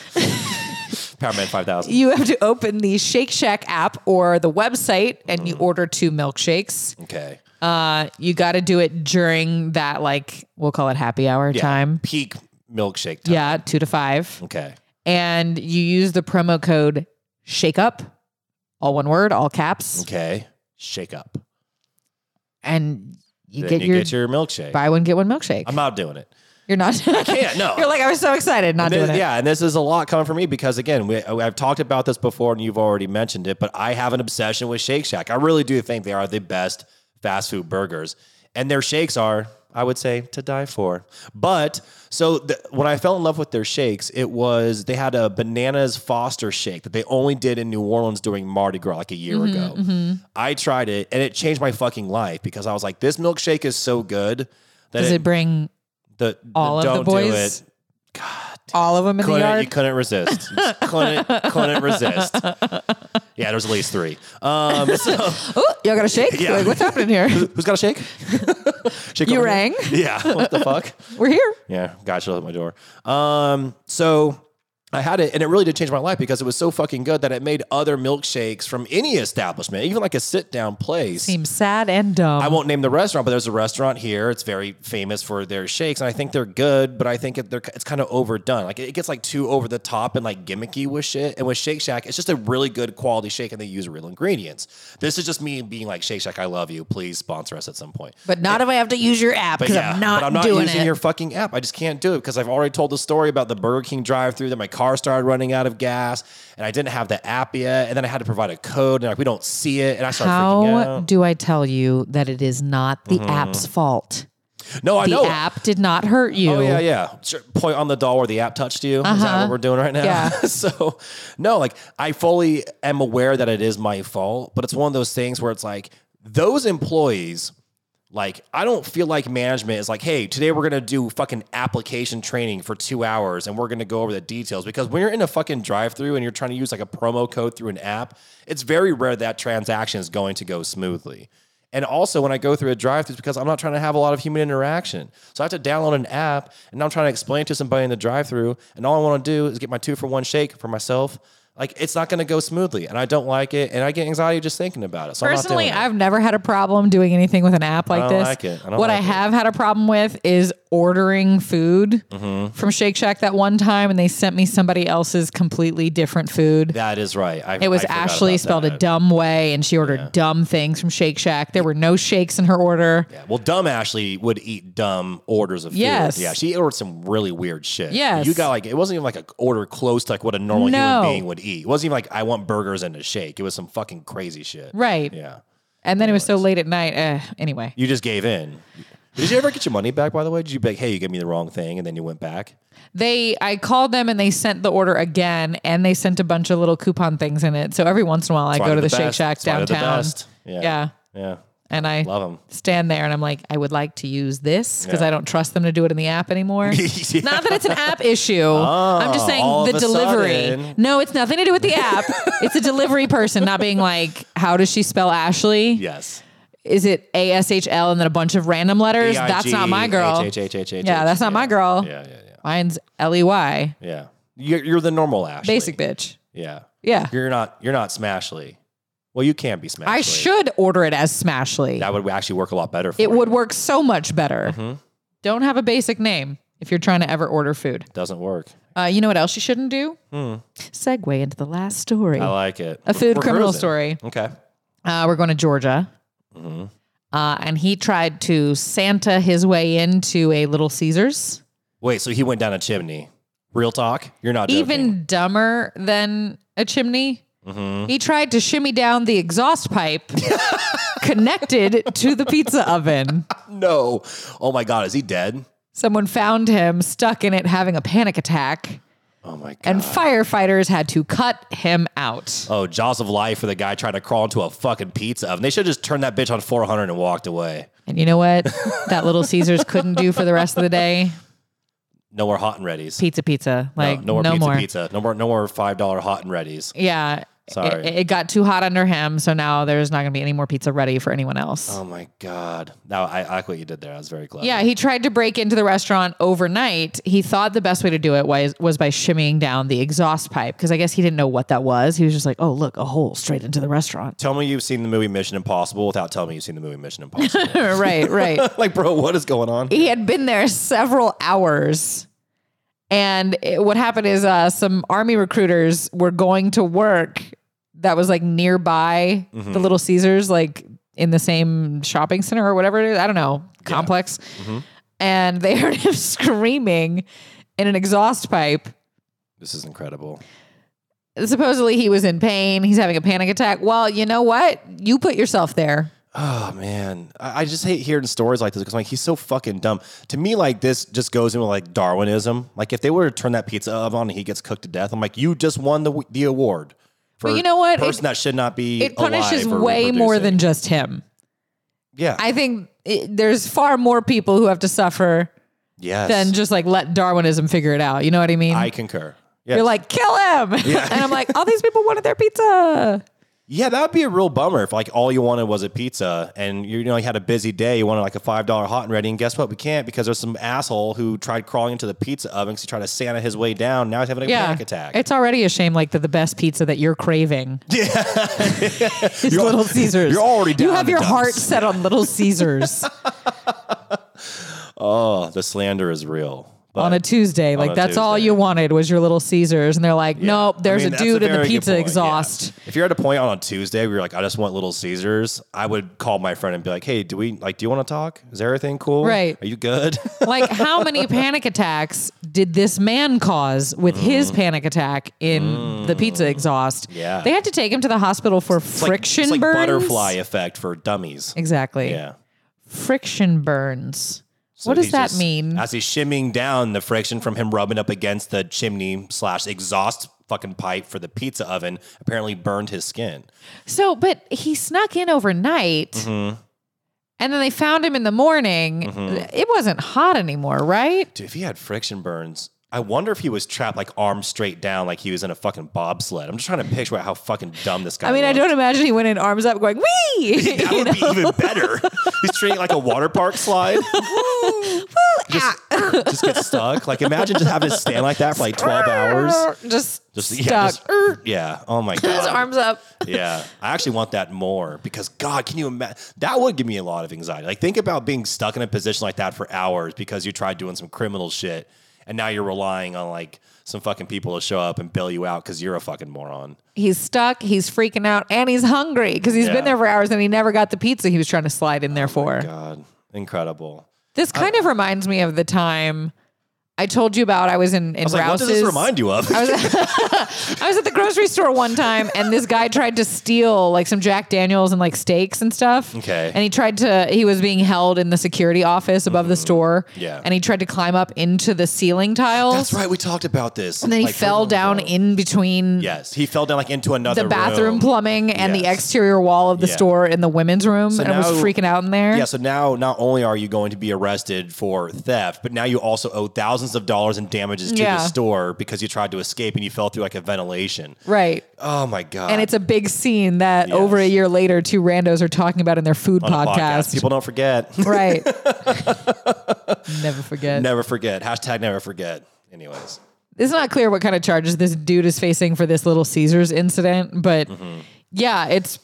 A: Power Man 5000.
B: You have to open the Shake Shack app or the website and
A: Mm.
B: you order two milkshakes.
A: Okay.
B: Uh, you got to do it during that, like, we'll call it happy hour
A: Yeah.
B: time.
A: Peak milkshake time.
B: Yeah, two to five.
A: Okay.
B: And you use the promo code Shake Up, all one word, all caps.
A: Okay. Shake up.
B: And you
A: Then
B: get
A: you
B: your
A: get your milkshake.
B: buy one, get one milkshake.
A: I'm not doing it.
B: You're not. I
A: can't, no.
B: <laughs> You're like I was so excited not
A: This-
B: doing it.
A: Yeah, and this is a lot coming from me because again, we, I've talked about this before, and you've already mentioned it. But I have an obsession with Shake Shack. I really do think they are the best fast food burgers, and their shakes are, I would say, to die for. But so the, when I fell in love with their shakes, it was they had a bananas Foster shake that they only did in New Orleans during Mardi Gras like a year
B: Mm-hmm,
A: ago. I tried it, and it changed my fucking life because I was like, this milkshake is so good. That
B: Does it bring
A: the,
B: all of the
A: don't do
B: boys?
A: it
B: all of them in the
A: couldn't, you
B: yard?
A: couldn't resist. You
B: <laughs>
A: just couldn't, couldn't resist. Yeah, there's at least three. Um, so,
B: Oh, y'all got to shake.
A: Yeah. <laughs>
B: Like, what's happening here?
A: who's got a shake? She
B: You
A: called me-
B: rang?
A: Yeah. <laughs> What the fuck?
B: We're here.
A: Yeah, gotcha at my door. Um, so I had it, and it really did change my life because it was so fucking good that it made other milkshakes from any establishment, even like a sit down place.
B: Seems sad and dumb.
A: I won't name the restaurant, but there's a restaurant here. It's very famous for their shakes, and I think they're good, but I think it, they're it's kind of overdone. Like it gets like too over the top and like gimmicky with shit. And with Shake Shack, it's just a really good quality shake, and they use real ingredients. This is just me being like Shake Shack, I love you. Please sponsor us at some point.
B: but not if I have to use your app
A: But
B: because
A: yeah,
B: I'm not,
A: but I'm not
B: doing
A: using
B: it.
A: your fucking app. I just can't do it because I've already told the story about the Burger King drive-through that my car started running out of gas, and I didn't have the app yet, and then I had to provide a code, and like we don't see it, and I started freaking
B: How
A: out.
B: do I tell you that it is not the app's fault?
A: No, I
B: The
A: know.
B: app did not hurt you. Uh-huh.
A: Oh yeah, yeah. Sure, Point on the doll where the app touched you. Is that what we're doing right now?
B: Yeah.
A: <laughs> so, no, like I fully am aware that it is my fault, but it's one of those things where it's like those employees. Like I don't feel like management is like, hey, today we're gonna do fucking application training for two hours and we're gonna go over the details because when you're in a fucking drive-through and you're trying to use like a promo code through an app, it's very rare that transaction is going to go smoothly. And also, when I go through a drive through, it's because I'm not trying to have a lot of human interaction. So I have to download an app and now I'm trying to explain to somebody in the drive through. And all I want to do is get my two for one shake for myself. Like, it's not going to go smoothly. And I don't like it. And I get anxiety just thinking about it. So I'm
B: Personally,
A: not doing it.
B: I've never had a problem doing anything with an app like
A: don't
B: this.
A: like it. I don't
B: what I
A: like it.
B: have had a problem with is ordering food
A: Mm-hmm.
B: from Shake Shack that one time, and they sent me somebody else's completely different food.
A: That is right. I,
B: it was Ashley spelled a dumb way, and she ordered dumb things from Shake Shack. There were no shakes in her order.
A: Yeah. Well, dumb Ashley would eat dumb orders of food.
B: Yes.
A: Yeah. She ordered some really weird shit.
B: Yes.
A: You got like, it wasn't even like an order close to like what a normal
B: No.
A: human being would eat. It wasn't even like, I want burgers and a shake. It was some fucking crazy shit.
B: Right.
A: Yeah.
B: And then it was so late at night. Eh, anyway,
A: You just gave in. Did you ever get your money back, by the way? Did you be like, hey, you gave me the wrong thing, and then you went back?
B: they I called them and they sent the order again, and they sent a bunch of little coupon things in it. So every once in a while, I
A: Why
B: go to
A: they're
B: the, Shake
A: best.
B: Shack
A: That's why they're the
B: downtown.
A: best. Yeah.
B: yeah.
A: Yeah.
B: and I
A: Love 'em.
B: Stand there, and I'm like, I would like to use this because
A: Yeah.
B: I don't trust them to do it in the app anymore.
A: <laughs> Yeah. Ah,
B: Not that it's an app issue. I'm just
A: all
B: saying the
A: of a
B: delivery.
A: sudden.
B: No, it's nothing to do with the app.
A: <laughs>
B: it's a delivery person not being like, how does she spell Ashley?
A: Yes.
B: Is it A S H L and then a bunch of random letters?
A: E
B: That's not my girl.
A: H-H-H-H-H-H.
B: Yeah, that's not my girl.
A: Yeah, yeah, yeah.
B: Mine's L E Y.
A: Yeah. You're, you're the normal Ashley.
B: Basic bitch.
A: Yeah.
B: Yeah.
A: You're not you're not Smashly. Well, you can be Smashly.
B: I should order it as Smashly.
A: That would actually work a lot better for
B: it
A: you.
B: would work so much better.
A: Mm-hmm.
B: Don't have a basic name if you're trying to ever order food.
A: Doesn't work.
B: Uh, you know what else you shouldn't do? Segue into the last story.
A: Hmm. I like it.
B: a food
A: We're
B: criminal
A: cruising.
B: story.
A: Okay.
B: Uh, we're going to Georgia.
A: Mm-hmm.
B: Uh, and he tried to Santa his way into a Little Caesars.
A: Wait, so he went down a chimney. Real talk? You're not joking.
B: Even dumber than a chimney.
A: Mm-hmm.
B: He tried to shimmy down the exhaust pipe <laughs> connected to the pizza oven.
A: No. Oh my god, is he dead?
B: Someone found him stuck in it having a panic attack,
A: Oh my god.
B: and firefighters had to cut him out.
A: Oh, Jaws of Life for the guy trying to crawl into a fucking pizza oven. They should have just turned that bitch on 400 and walked away.
B: And you know what that little Caesars couldn't do for the rest of the day?
A: No more hot and readies. Uh,
B: Pizza, pizza. Like,
A: no more pizza pizza. No more no more five dollar hot and readies.
B: Yeah.
A: Sorry.
B: It, it got too hot under him. So now there's not going to be any more pizza ready for anyone else.
A: Oh my god. Now I, I like what you did there. That was very clever.
B: Yeah, he tried to break into the restaurant overnight. He thought the best way to do it was was by shimmying down the exhaust pipe because I guess he didn't know what that was. He was just like, "Oh, look, a hole straight into
A: <laughs>
B: the restaurant." <laughs>
A: Tell me you've seen the movie Mission Impossible without telling me you've seen the movie Mission
B: <laughs>
A: Impossible.
B: right, right.
A: like, bro, what is going on?
B: he had been there several hours. And it- what happened is uh, some army recruiters were going to work that was like nearby
A: Mm-hmm.
B: the Little Caesars, like in the same shopping center or whatever it is. I don't know, complex.
A: Mm-hmm.
B: And they <laughs> heard him screaming in an exhaust pipe.
A: This is incredible.
B: Supposedly he was in pain. He's having a panic attack. Well, you know what? You put yourself there.
A: Oh man, I, I just hate hearing stories like this because like he's so fucking dumb. To me, like this just goes into like Darwinism. Like if they were to turn that pizza oven on and he gets cooked to death, I'm like, you just won the the award. For
B: But you know what?
A: Person
B: It-
A: that should not be.
B: It punishes
A: alive or
B: way more than
A: reproducing.
B: just him.
A: yeah.
B: I think it, there's far more people who have to suffer
A: yes.
B: than just like let Darwinism figure it out. You know what I mean?
A: I concur. Yeah. <laughs>
B: You're like, kill him. and I'm like, all these people wanted their pizza.
A: Yeah, that would be a real bummer if like all you wanted was a pizza and you know you had a busy day, you wanted like a five dollar hot and ready, and guess what? We can't because there's some asshole who tried crawling into the pizza oven because he tried to Santa his way down. Now he's having a
B: Yeah.
A: panic attack.
B: It's already a shame, like that the best pizza that
A: <laughs>
B: you're craving is Little Caesars.
A: you're already
B: You
A: down
B: have
A: the
B: your
A: dumps.
B: heart set on
A: <laughs>
B: Little Caesars
A: oh, the slander is real. But
B: on a Tuesday. Like
A: a
B: that's all
A: Tuesday.
B: you wanted was your Little Caesars, and they're like, nope,
A: I
B: there's
A: mean,
B: a
A: that's
B: dude in the
A: very good
B: pizza
A: point, yeah.
B: exhaust.
A: If you're at a point on a Tuesday where you're like, I just want Little Caesars, I would call my friend and be like, Hey, do we like? Do you want to talk? Is everything cool?
B: Right.
A: Are you good? <laughs>
B: like how many panic attacks did this man cause with his panic attack in the pizza exhaust?
A: Mm. Yeah.
B: They had to take him to the hospital for
A: It's like-
B: friction
A: it's like
B: burns.
A: butterfly effect for dummies.
B: Exactly.
A: Yeah.
B: Friction burns.
A: So
B: what does
A: he's
B: that
A: just-
B: mean?
A: As he's shimmying down, the friction from him rubbing up against the chimney slash exhaust fucking pipe for the pizza oven apparently burned his skin.
B: So, but he snuck in overnight.
A: Mm-hmm.
B: And then they found him in the morning. It wasn't hot anymore, right?
A: Dude, if he had friction burns, I wonder if he was trapped like arms straight down, like he was in a fucking bobsled. I'm just trying to picture how fucking dumb this guy.
B: I mean, I
A: looked.
B: don't imagine he went in arms up going,
A: <laughs>
B: wee! <laughs>
A: That would be even better. He's treating it like a water park
B: <laughs>
A: slide. just, just get stuck. Like imagine just having to stand like that for like 12 hours.
B: <laughs> Just,
A: Just yeah,
B: stuck.
A: just- yeah. Oh my god.
B: <laughs> His arms up.
A: yeah, I actually want that more because God, can you imagine? That would give me a lot of anxiety. Like, think about being stuck in a position like that for hours because you tried doing some criminal shit, and now you're relying on like some fucking people to show up and bail you out because you're a fucking moron.
B: he's stuck, he's freaking out, and he's hungry because he's
A: Yeah. Oh
B: been there for hours and he never got the pizza he was trying to slide in there for.
A: God, incredible.
B: This kind of reminds me of the time I told you about. I was in, in
A: I was like, what does this
B: Rouse's.
A: remind you of?
B: I was at the grocery store one time, and this guy tried to steal like some Jack Daniels and like steaks and stuff.
A: Okay.
B: And he tried to. He was being held in the security office above the store.
A: Mm-hmm. Yeah.
B: And he tried to climb up into the ceiling tiles.
A: <laughs> That's right. We talked about this.
B: And then he fell down in between
A: Yes, he fell down like into another
B: the bathroom
A: room.
B: plumbing and the
A: Yes.
B: exterior wall of the
A: Yeah.
B: store in the women's room and it was
A: now-
B: freaking out in there.
A: Yeah, so now not only are you going to be arrested for theft, but now you also owe thousands of dollars in damages to
B: Yeah.
A: the store because you tried to escape and you fell through like a ventilation.
B: Right.
A: Oh my god!
B: And it's a big scene that
A: Yes.
B: over a year later two randos are talking about in their food
A: On a
B: podcast.
A: People don't forget. <laughs>
B: Right. <laughs> Never forget.
A: never forget. Hashtag never forget. Anyways,
B: It's not clear what kind of charges this dude is facing for this little Caesars incident, but
A: Mm-hmm.
B: yeah, it's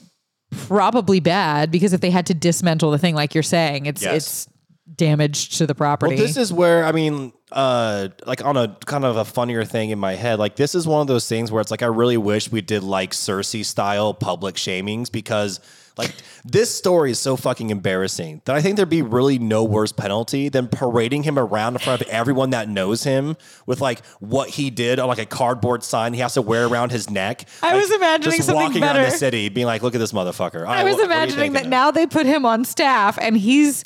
B: probably bad because if they had to dismantle the thing like you're saying, it's
A: Yes.
B: it's damage to the property.
A: Well, this is where I mean, uh, like on a kind of a funnier thing in my head. Like this is one of those things where it's like I really wish we did like Cersei style public shamings because like this story is so fucking embarrassing that I think there'd be really no worse penalty than parading him around in front of everyone that knows him with like what he did on like a cardboard sign he has to wear around his neck.
B: I
A: Like,
B: was imagining
A: just
B: something
A: walking around
B: better.
A: the city, being like, "Look at this motherfucker."
B: I was imagining that now they put him on staff and he's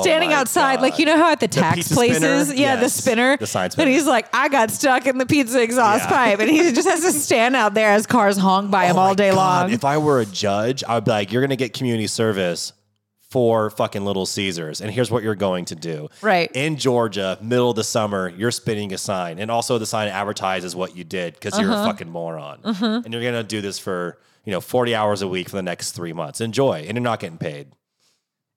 B: standing
A: Oh my
B: outside,
A: God.
B: like you know how at the, tax
A: pizza spinner?
B: places, yeah, the
A: Yes.
B: spinner,
A: The sign
B: and
A: spinner.
B: he's like, I got stuck in the pizza exhaust
A: Yeah.
B: pipe, and he just has to stand out there as cars honk by him
A: Oh
B: all
A: my
B: day
A: God,
B: long.
A: If I were a judge, I would be like, you're going to get community service for fucking Little Caesars. And here's what you're going to do.
B: Right.
A: In Georgia, middle of the summer, you're spinning a sign. And also the sign advertises what you did because you're
B: Uh-huh.
A: a fucking moron.
B: Mm-hmm.
A: And you're going to do this for, you know, 40 hours a week for the next three months. Enjoy. And you're not getting paid.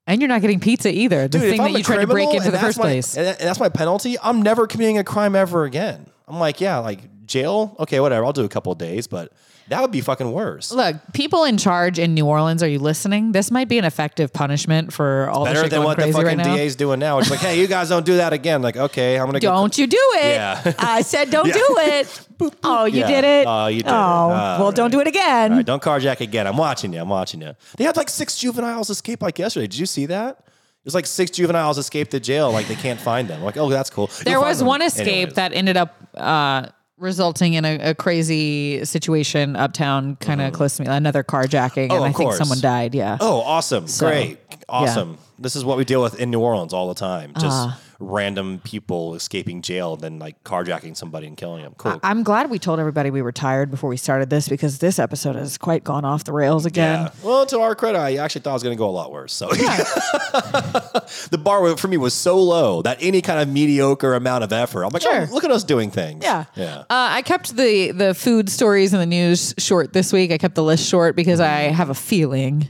B: and you're not getting pizza either. The
A: Dude, if
B: thing that
A: I'm a
B: you tried to break
A: criminal and
B: into the
A: that's
B: first
A: my-
B: place.
A: And and that's my penalty. I'm never committing a crime ever again. I'm like, yeah, like jail. Okay, whatever. I'll do a couple of days, but that would be fucking worse.
B: Look, people in charge in New Orleans, are you listening? This might be an effective punishment for all the
A: better
B: shit
A: than
B: going
A: what the
B: crazy
A: fucking
B: right now.
A: DA's doing now. It's like, hey, you guys don't do that again. Like, okay, I'm gonna go.
B: don't you do it.
A: <laughs> Yeah.
B: I said don't do it. Oh, you
A: Yeah.
B: did it.
A: Oh, you did it.
B: Oh,
A: All
B: well, don't
A: right.
B: do it again.
A: All right, don't carjack again. I'm watching you. I'm watching you. They had like six juveniles escape like yesterday. Did you see that? It was like six juveniles escaped the jail. Like they can't find them. Like, oh, that's cool. You'll
B: There
A: find
B: was
A: them.
B: one escape
A: Anyways.
B: that ended up uh, resulting in a, a crazy situation uptown, kind of close to me. Another carjacking,
A: Mm-hmm.
B: and
A: Oh, of
B: I think
A: course.
B: someone died. Yeah. Uh-huh.
A: Oh, awesome! Great, awesome. This is what we deal with in New Orleans all the time. Just random people escaping jail than like carjacking somebody and killing them. Cool.
C: I'm glad we told everybody we were tired before we started this because this episode has quite gone off the rails again.
A: Yeah. Well, to our credit, I actually thought it was going to go a lot worse. So the bar wa- for me was so low that any kind of mediocre amount of effort, I'm like,
C: Sure.
A: oh, look at us doing things.
C: Yeah.
A: Yeah.
B: Uh, I kept the the food stories in the news short this week. I kept the list short because I
A: Mm-hmm.
B: have a feeling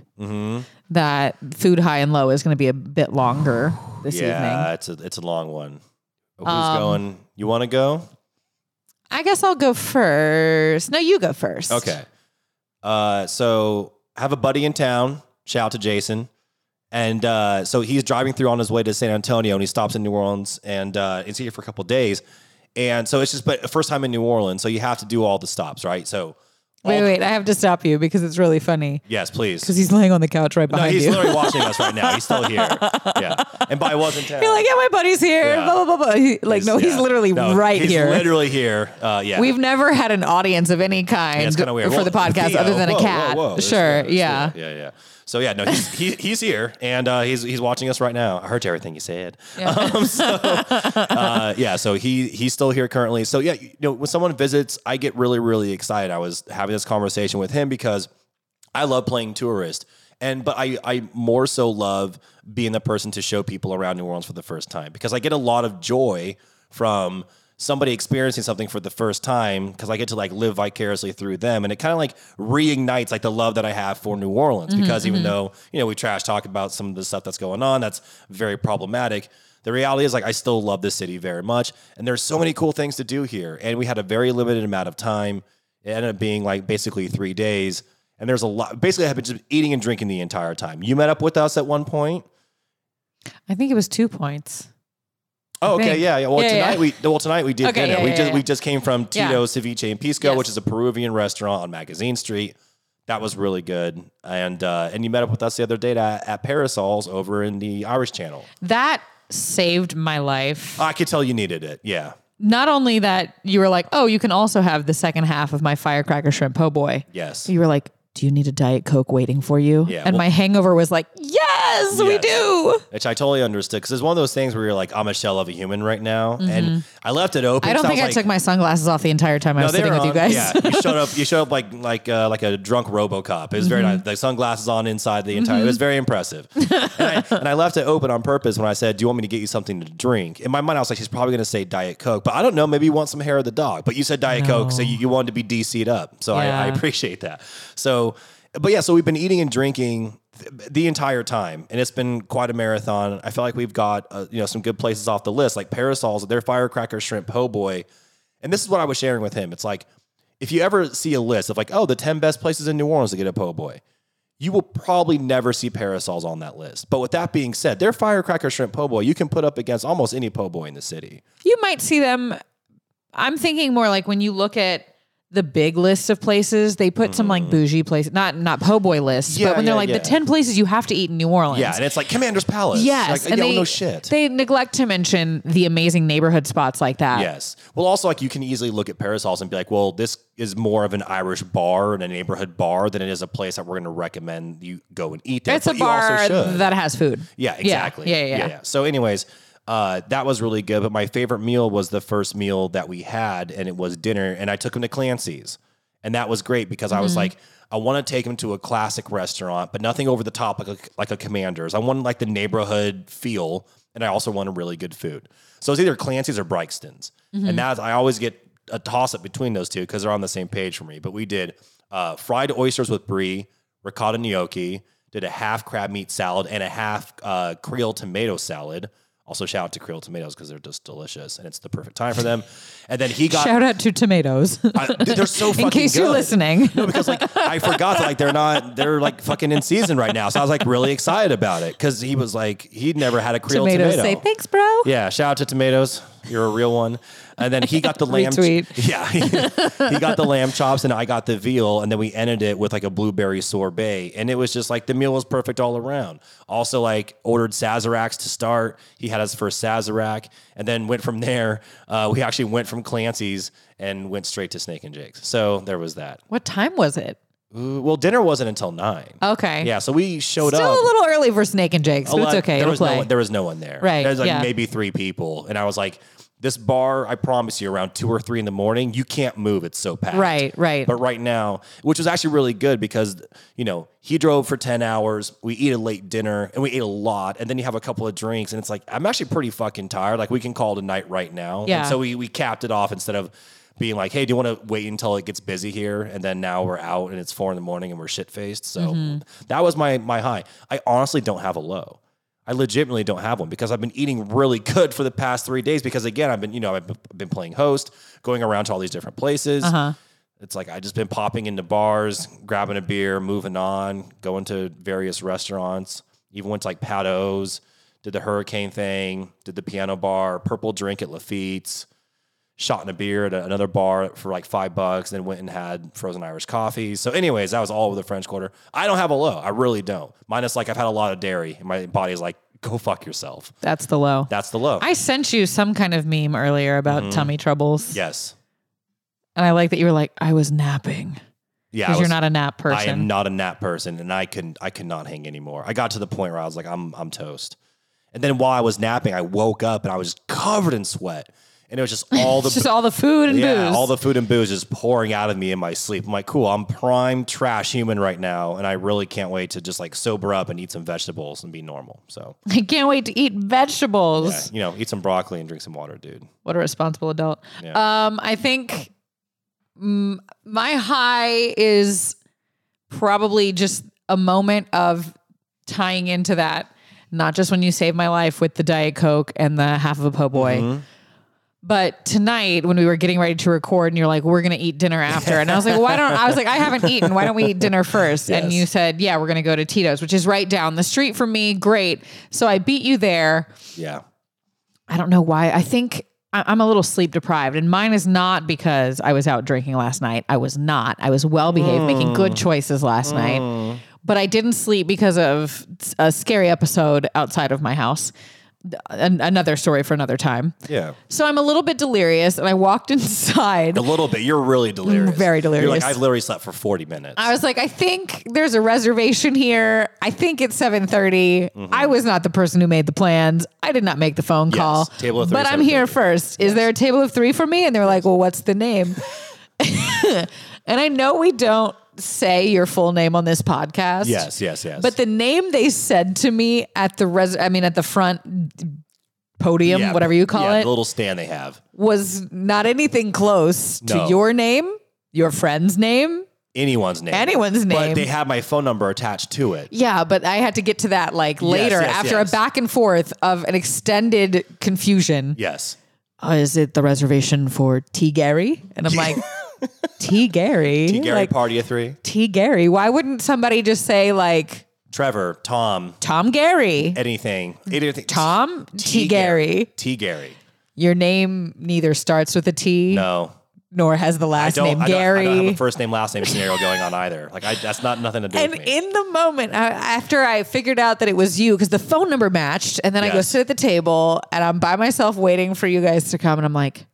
B: that food high and low is going to be a bit longer this
A: yeah.
B: evening. Um,
A: It's a it's a long one. Who's going? You want to go?
B: I guess I'll go first. No, you go first.
A: Okay. Uh, so I have a buddy in town. Shout out to Jason. And uh, so he's driving through on his way to San Antonio, and he stops in New Orleans, and uh, he's here for a couple days. And so it's just, but first time in New Orleans, so you have to do all the stops, right? So,
B: Wait, wait. I have to stop you because it's really funny.
A: yes,
B: Because
A: please.
B: he's laying on the couch right
A: No,
B: behind
A: he's
B: you.
A: literally watching us right now. He's still
B: <laughs>
A: here. Yeah. And by was in town.
B: You're like, yeah, my buddy's here.
A: Yeah.
B: Blah blah blah. blah. He, like, no, he's
A: yeah.
B: literally
A: No,
B: right
A: he's
B: here.
A: literally here. Uh, yeah.
B: We've never had an audience of any kind
A: Yeah, it's kind of weird
B: for
A: Well,
B: the podcast
A: Theo,
B: other than
A: whoa,
B: a
A: whoa,
B: cat.
A: whoa, there's
B: Sure,
A: Theo, there's
B: yeah.
A: Theo. yeah, yeah. So yeah, no, he's he, he's here and uh, he's he's watching us right now. I heard everything he said.
B: Yeah.
A: <laughs> Um, so uh, yeah, so he he's still here currently. So yeah, you know, when someone visits, I get really really excited. I was having this conversation with him because I love playing tourist. And but I, I more so love being the person to show people around New Orleans for the first time because I get a lot of joy from somebody experiencing something for the first time because I get to like live vicariously through them and it kind of like reignites like the love that I have for New Orleans because even though you know we trash talk about some of the stuff that's going on that's very problematic the reality is like I still love this city very much and there's so many cool things to do here and we had a very limited amount of time it ended up being like basically three days. And there's a lot. Basically, I have been just eating and drinking the entire time. You met up with us at one point.
B: I think it was two points.
A: Oh,
B: think.
A: okay, yeah, yeah. Well,
B: Yeah,
A: tonight
B: yeah.
A: we well tonight we did
B: Okay,
A: dinner.
B: yeah,
A: we
B: yeah,
A: just
B: yeah.
A: we just came from
B: Yeah.
A: Tito Ceviche and Pisco,
B: Yes.
A: which is a Peruvian restaurant on Magazine Street. That was really good. And uh, and you met up with us the other day at, at Parasols over in the Irish Channel.
B: That saved my life.
A: I could tell you needed it. Yeah,
B: Not only that, you were like, oh, you can also have the second half of my firecracker shrimp po' boy.
A: yes.
B: You were like, do you need a Diet Coke waiting for you?
A: Yeah,
B: and
A: well-
B: my hangover was like, yes, we
A: Yes.
B: do.
A: Which I totally understood because it's one of those things where you're like, I'm a shell of a human right now, and I left it open.
B: Mm-hmm. I don't
A: 'cause
B: think I
A: was like,
B: took my sunglasses off the entire time I was
A: they
B: sitting
A: were
B: with you
A: on-
B: guys. <laughs>
A: Yeah, you showed up. You showed up like like uh, like a drunk RoboCop. It was very nice. The sunglasses on inside the entire. It was very impressive. and, I, and I left it open on purpose when I said, "Do you want me to get you something to drink?" In my mind, I was like, "She's probably going to say Diet Coke," but I don't know. Maybe you want some hair of the dog. But you said Diet Coke, so you, you wanted to be DC'd up. So I, I
B: Yeah.
A: appreciate that. So, but yeah, so we've been eating and drinking. th- The entire time, and it's been quite a marathon. I feel like we've got uh, you know some good places off the list, like Parasols, their firecracker shrimp po' boy, and this is what I was sharing with him. It's like if you ever see a list of like, oh, the 10 best places in New Orleans to get a po' boy, you will probably never see parasols on that list. But with that being said, their firecracker shrimp po' boy you can put up against almost any po' boy in the city.
B: you might see them. I'm thinking more like when you look at the big list of places, they put some like bougie places, not not po' boy lists,
A: Mm. Yeah,
B: but when they're
A: yeah,
B: like
A: yeah.
B: the ten places you have to eat in New Orleans.
A: Yeah, and it's like Commander's Palace.
B: Yes,
A: like, yeah, well, no shit.
B: They neglect to mention the amazing neighborhood spots like that.
A: Yes. Well, also like you can easily look at parasols and be like, well, this is more of an Irish bar and a neighborhood bar than it is a place that we're going to recommend you go and eat there.
B: It's a
A: but you also
B: bar
A: should.
B: that has food.
A: Yeah, exactly.
B: Yeah, yeah, yeah.
A: So, anyways, uh, that was really good. But my favorite meal was the first meal that we had, and it was dinner. And I took him to Clancy's, and that was great because I was
B: Mm-hmm.
A: like, I want to take him to a classic restaurant, but nothing over the top like a, like a Commander's. I wanted like the neighborhood feel, and I also wanted really good food. So it's either Clancy's or Brixton's,
B: Mm-hmm.
A: and that's I always get a toss up between those two because they're on the same page for me. But we did uh, fried oysters with brie, ricotta gnocchi, did a half crab meat salad and a half uh, Creole tomato salad. Also, shout out to Creole tomatoes because they're just delicious and it's the perfect time for them. And then he got
B: Shout out to tomatoes. <laughs>
A: I- dude, they're so fucking
B: In case
A: good.
B: you're listening,
A: No, because like I forgot that like they're not they're like fucking in season right now. So I was like really excited about it because he was like he'd never had a Creole
B: tomatoes
A: tomato.
B: say thanks, bro.
A: Yeah, shout out to tomatoes. You're a real one. And then he
B: <laughs>
A: got the lamb. <laughs>
B: Retweet.
A: yeah, he, he got the lamb chops, and I got the veal, and then we ended it with like a blueberry sorbet, and it was just like the meal was perfect all around. Also, like ordered sazeracs to start. He had his first sazerac, and then went from there. Uh, we actually went from Clancy's and went straight to Snake and Jake's. So there was that.
B: What time was it?
A: Ooh, Well, dinner wasn't until nine.
B: Okay.
A: Yeah, so we showed
B: Still
A: up.
B: a little early for Snake and Jake's, but
A: a
B: it's
A: lot-
B: okay.
A: There
B: It'll
A: was, no
B: play.
A: one, there was no one there.
B: Right,
A: There's like
B: yeah.
A: maybe three people. And I was like, this bar, I promise you, around two or three in the morning, you can't move. It's so packed.
B: Right, right.
A: But right now, which was actually really good because, you know, he drove for 10 hours. We eat a late dinner and we ate a lot. And then you have a couple of drinks. And it's like, I'm actually pretty fucking tired. Like, we can call it a night right now.
B: Yeah.
A: And so we, we capped it off instead of being like, hey, do you want to wait until it gets busy here? And then now we're out and it's four in the morning and we're shit faced. So that was my my high. I honestly don't have a low. I legitimately don't have one because I've been eating really good for the past three days. Because again, I've been you know I've b- been playing host, going around to all these different places. It's like I just been popping into bars, grabbing a beer, moving on, going to various restaurants. Even went to like Pat O's, did the hurricane thing, did the piano bar, purple drink at Lafitte's shot in a beer at a- another bar for like five bucks, then went and had frozen Irish coffee. So, anyways, that was all over the French Quarter. I don't have a low. I really don't. Minus like I've had a lot of dairy, and my body's like, go fuck yourself.
B: That's the low.
A: That's the low.
B: I sent you some kind of meme earlier about
A: Mm-hmm.
B: tummy troubles.
A: yes.
B: And I like that you were like, I was napping
A: Yeah. I
B: because you're
A: was-
B: not a nap
A: I
B: person.
A: am not a nap person, and I can I could not hang anymore. I got to the point where I was like, I'm I'm toast. And then while I was napping, I woke up and I was covered in sweat, and it was just all the
B: <laughs> it's just all the food and
A: yeah,
B: booze.
A: all the food and booze is pouring out of me in my sleep. I'm like, cool, I'm prime trash human right now, and I really can't wait to just like sober up and eat some vegetables and be normal. So,
B: <laughs> I can't wait to eat vegetables.
A: yeah, you know, eat some broccoli and drink some water, dude.
B: What a responsible adult. Um, I think mm, my high is probably just a moment of tying into that, not just when you saved my life with the Diet Coke and the half of a po'
A: Mm-hmm.
B: boy. But tonight, when we were getting ready to record, and you're like, "We're gonna eat dinner after," and I was like, "Why don't?" I was like, "I haven't eaten. Why don't we eat dinner first? And you said, "Yeah, we're gonna go to Tito's, which is right down the street from me. Great." So I beat you there.
A: Yeah,
B: I don't know why. I think I- I'm a little sleep deprived, and mine is not because I was out drinking last night. I was not. I was well behaved, making good choices last night. But I didn't sleep because of a scary episode outside of my house. An- another story for another time.
A: yeah,
B: So I'm a little bit delirious, and I walked <laughs> inside.
A: a little bit. You're really delirious.
B: Mm, Very
A: You're like,
B: delirious.
A: I've literally slept for 40 minutes.
B: I was like, I think there's a reservation here. I think it's 7:30.
A: Mm-hmm.
B: I was not the person who made the plans. I did not make the phone call.
A: table of three,
B: but I'm here
A: 7:30.
B: first. Is there a table of 3 for me? And they were like, "Well, what's
A: <laughs>
B: the name?" and I know we don't say your full name on this podcast.
A: yes, yes, yes.
B: But the name they said to me at the res I mean at the front podium,
A: Yeah,
B: whatever you call
A: yeah,
B: it,
A: the little stand they have.
B: was not anything close to
A: No.
B: your name, your friend's name,
A: Anyone's name.
B: Anyone's name.
A: But they have my phone number attached to it.
B: Yeah, but I had to get to that like later
A: yes,
B: after
A: yes.
B: a back and forth of an extended confusion.
A: Yes.
B: Oh, is it the reservation for T. Gary? And I'm
A: <laughs>
B: like, T. Gary?
A: Gary
B: like,
A: Party of Three.
B: T. Gary. Why wouldn't somebody just say like
A: Trevor, Tom,
B: Tom Gary?
A: anything. anything.
B: Tom T. Gary.
A: T. Gary.
B: Your name neither starts with a T
A: No.
B: nor has the
A: I
B: last
A: don't,
B: name
A: I don't- I
B: Gary.
A: don't have a first name last name scenario going on either. Like I, that's not nothing to do
B: And
A: with me.
B: in the moment, I, after I figured out that it was you, because the phone number matched, and then I go
A: Yes.
B: sit at the table and I'm by myself waiting for you guys to come, and I'm like,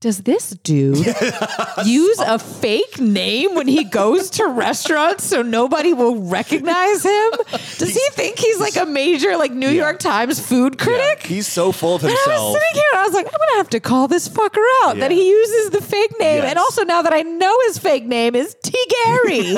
B: does this dude
A: <laughs>
B: use a fake name when he goes to restaurants so nobody will recognize him? Does he think he's like a major like New York Times food
A: Yeah.
B: critic?
A: He's so full of
B: And I was
A: himself.
B: sitting here and I was like, I'm gonna have to call this fucker out that
A: Yeah.
B: he uses the fake name.
A: Yes.
B: And also now that I know his fake name is T.
A: <laughs>
B: Gary.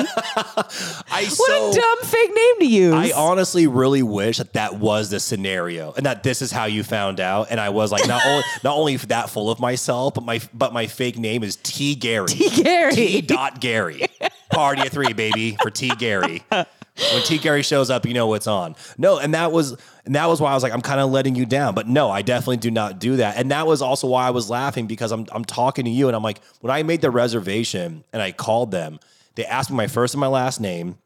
A: I
B: What
A: so,
B: a dumb fake name to use. <laughs>
A: I honestly really wish that that was the scenario and that this is how you found out. And I was like, not only not only that full of myself, but my but my fake name is T. Gary.
B: T. Gary.
A: T. Dot Gary. Party of three, baby, for T. Gary. When T. Gary shows up, you know what's on. No, and that was and that was why I was like, I'm kind of letting you down. But no, I definitely do not do that. And that was also why I was laughing because I'm I'm talking to you and I'm like, when I made the reservation and I called them, they asked me my first and my last name.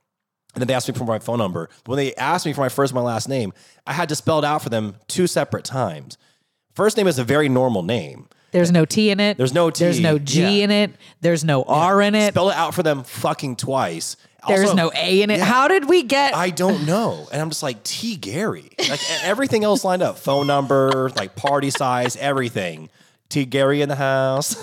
A: And then they asked me for my phone number. But when they asked me for my first and my last name, I had to spell it out for them two separate times. First name is a very normal name.
B: There's no T in it.
A: There's no T.
B: There's no G
A: Yeah.
B: in it. There's no R in it.
A: Spell it out for them fucking twice.
B: There's
A: Also,
B: no A in it.
A: yeah.
B: How did we get?
A: I don't know. And I'm just like, T. Gary. Like e- everything else lined up phone number, like party size, everything. T. Gary in the house.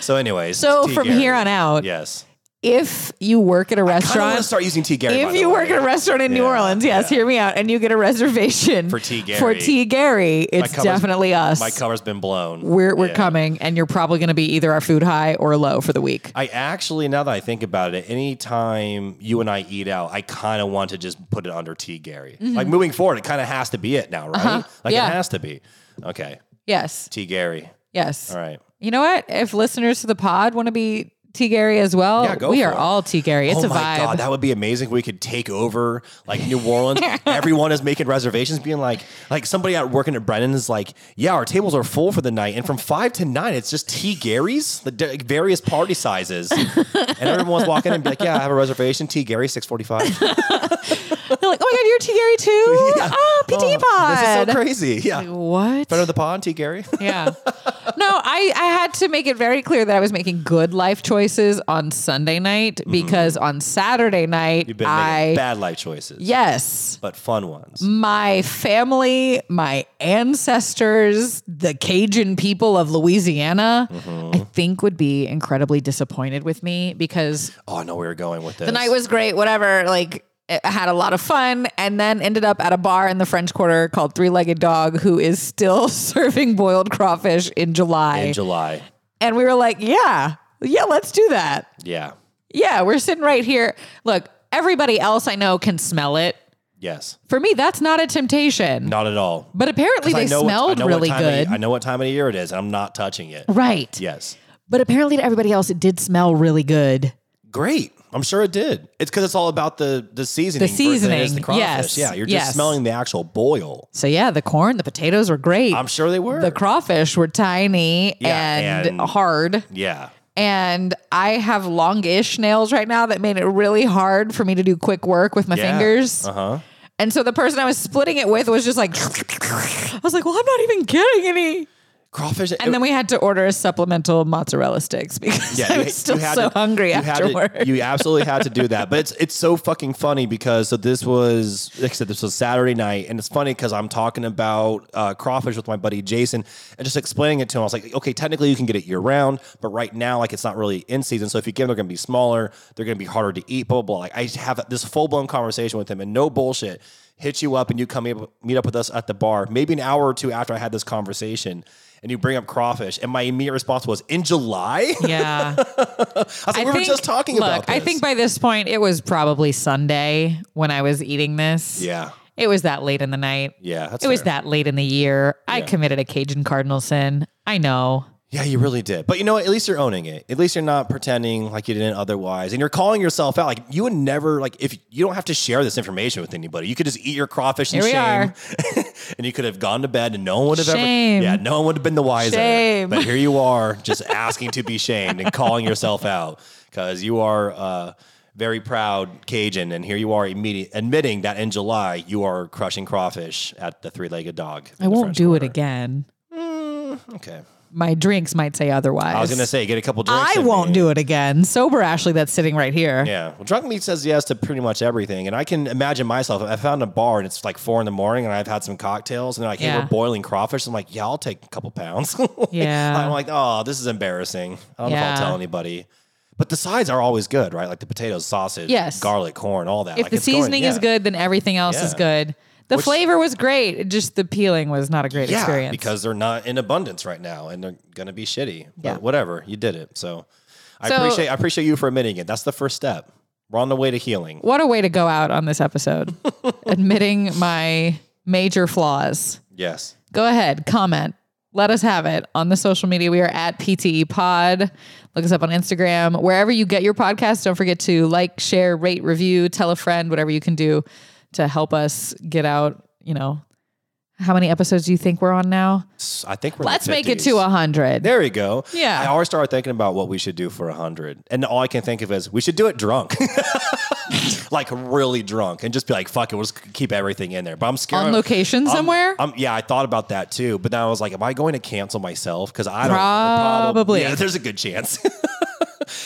A: <laughs> so, anyways.
B: so
A: T.
B: from
A: Gary.
B: here on out,
A: Yes.
B: if you work at a
A: I kind of want
B: restaurant,
A: to start using T. Gary. by
B: if
A: the
B: you
A: way.
B: work at a restaurant in New
A: Yeah,
B: Orleans, yes,
A: yeah.
B: hear me out, and you get a reservation
A: For T.
B: for
A: Gary.
B: T. Gary,
A: My
B: it's
A: cover's-
B: definitely us.
A: My cover's been blown.
B: we're we're
A: Yeah.
B: coming, and you're probably going to be either our food high or low for the week.
A: I actually, now that I think about it, anytime you and I eat out, I kind of want to just put it under T. Gary. Like moving forward, it kind of has to be it now, right? Like
B: Mm-hmm. Uh-huh. Yeah.
A: it has to be. Okay,
B: Yes,
A: T. Gary.
B: yes.
A: All right.
B: You know what? If listeners to the pod want to be T. Gary as well,
A: Yeah, go
B: we
A: for
B: are
A: it.
B: all T. Gary. It's
A: oh
B: a
A: my
B: vibe.
A: god, that would be amazing if we could take over like New
B: <laughs>
A: Orleans. Everyone is making reservations, being like, like somebody out working at Brennan is like, yeah, our tables are full for the night, and from five to nine, it's just T. Gary's, the d- various party
B: <laughs>
A: sizes, and everyone's walking in and be like, yeah, I have a reservation, T. Gary, six forty-five.
B: They're like, oh my god, you're T. Gary
A: <laughs>
B: too. Oh, PT pod.
A: This is so crazy. Yeah.
B: What?
A: Better the pond, T. <laughs> Gary.
B: <laughs> yeah. No, I, I had to make it very clear that I was making good life choices on Sunday night because on Saturday night,
A: Mm-hmm. You've been
B: I,
A: making bad life choices,
B: yes,
A: but fun ones.
B: my family, my ancestors, the Cajun people of Louisiana,
A: Mm-hmm.
B: I think would be incredibly disappointed with me because
A: Oh, I know where you're going with this.
B: the night was great, whatever. Like, I had a lot of fun and then ended up at a bar in the French Quarter called Three Legged Dog, who is still <laughs> serving boiled crawfish in July.
A: in July.
B: And we were like, yeah, yeah, let's do that.
A: Yeah.
B: Yeah, we're sitting right here. Look, everybody else I know can smell it.
A: Yes.
B: For me, that's not a temptation.
A: Not at all.
B: But apparently they
A: what-
B: smelled really
A: what time of
B: good.
A: ye- I know what time of the year it is, and I'm not touching it.
B: right.
A: Yes.
B: But apparently to everybody else, it did smell really good.
A: Great. I'm sure it did. It's because it's all about the the seasoning. versus
B: seasoning,
A: The crawfish.
B: yes,
A: Yeah. You're just
B: yes.
A: smelling the actual boil.
B: So yeah, the corn, the potatoes were great.
A: I'm sure they were.
B: the crawfish were tiny
A: Yeah,
B: and,
A: and-
B: hard.
A: yeah.
B: And I have longish nails right now that made it really hard for me to do quick work with my
A: Yeah.
B: fingers.
A: Uh huh.
B: And so the person I was splitting it with was just like, I was like, well, I'm not even getting any.
A: Crawfish.
B: And then we had to order a supplemental mozzarella sticks because <laughs> I was still
A: had
B: so
A: to-
B: hungry
A: you had to-
B: afterward.
A: you absolutely had to do that, but it's it's so fucking funny because so this was like I said this was Saturday night, and it's funny because I'm talking about uh, crawfish with my buddy Jason and just explaining it to him. I was like, okay, technically you can get it year round, but right now like it's not really in season. So if you get them, they're going to be smaller, they're going to be harder to eat. Blah blah. blah. Like I have this full blown conversation with him, and no bullshit. Hit you up and you come ab- meet up with us at the bar, maybe an hour or two after I had this conversation, and you bring up crawfish. And my immediate response was, "In July, <laughs>
B: <laughs> yeah.
A: I was like, we were just talking
B: look,
A: about this.
B: I think by this point, it was probably Sunday when I was eating this.
A: Yeah.
B: It was that late in the night.
A: Yeah, that's
B: It was
A: fair.
B: that late in the year. I committed a Cajun cardinal sin. I know.
A: Yeah, you really did. But you know what? At least you're owning it. At least you're not pretending like you didn't otherwise. And you're calling yourself out. Like you would never like if you don't have to share this information with anybody. You could just eat your crawfish in
B: Here we
A: shame. <laughs> and you could have gone to bed and no one would have
B: Shame.
A: ever Yeah, no one would have been the wiser.
B: Shame.
A: But here
B: <laughs>
A: you are just asking to be shamed and calling yourself out cuz you are uh very proud Cajun, and here you are immedi- admitting that in July you are crushing crawfish at the three-legged dog.
B: I won't do it again.
A: Okay,
B: My drinks might say otherwise.
A: I was gonna say get a couple drinks.
B: I
A: in
B: won't
A: me.
B: do it again. Sober Ashley, that's sitting right here.
A: Yeah. Well, drunk meat says yes to pretty much everything. And I can imagine myself, I found a bar and it's like four in the morning and I've had some cocktails and they're like, hey,
B: Yeah.
A: we're boiling crawfish. I'm like, yeah, I'll take a couple pounds. <laughs>
B: Yeah.
A: I'm like, oh, this is embarrassing. I don't know if
B: Yeah.
A: I'll tell anybody. But the sides are always good, right? Like the potatoes, sausage,
B: Yes.
A: garlic, corn, all that.
B: If
A: like
B: the
A: it's going-
B: seasoning is
A: yeah.
B: good, then everything else is
A: Yeah.
B: good. The
A: Which-
B: flavor was great. It Just the peeling was not a great
A: Yeah,
B: experience.
A: because they're not in abundance right now and they're gonna be shitty. But
B: Yeah.
A: whatever, you did it. So I
B: So-
A: appreciate I appreciate you for admitting it. That's the first step. We're on the way to healing.
B: what a way to go out on this
A: <laughs>
B: episode, admitting my major flaws.
A: Yes.
B: Go ahead, comment. Let us have it on the social media. We are at PTE Pod. Look us up on Instagram. Wherever you get your podcast, don't forget to like, share, rate, review, tell a friend, whatever you can do to help us get out. You know, how many episodes do you think we're on now?
A: I think we're in the
B: Let's make it
A: 50s.
B: to 100.
A: There we go.
B: Yeah.
A: I always start thinking about what we should do for 100. And all I can think of is we should do it drunk. <laughs> like really drunk and just be like, fuck it, we'll just keep everything in there. But I'm scared.
B: on location
A: I'm-
B: somewhere?
A: I'm, yeah, I thought about that too. But then I was like, am I going to cancel myself? Because I don't
B: Probably.
A: Yeah, there's a good chance. <laughs>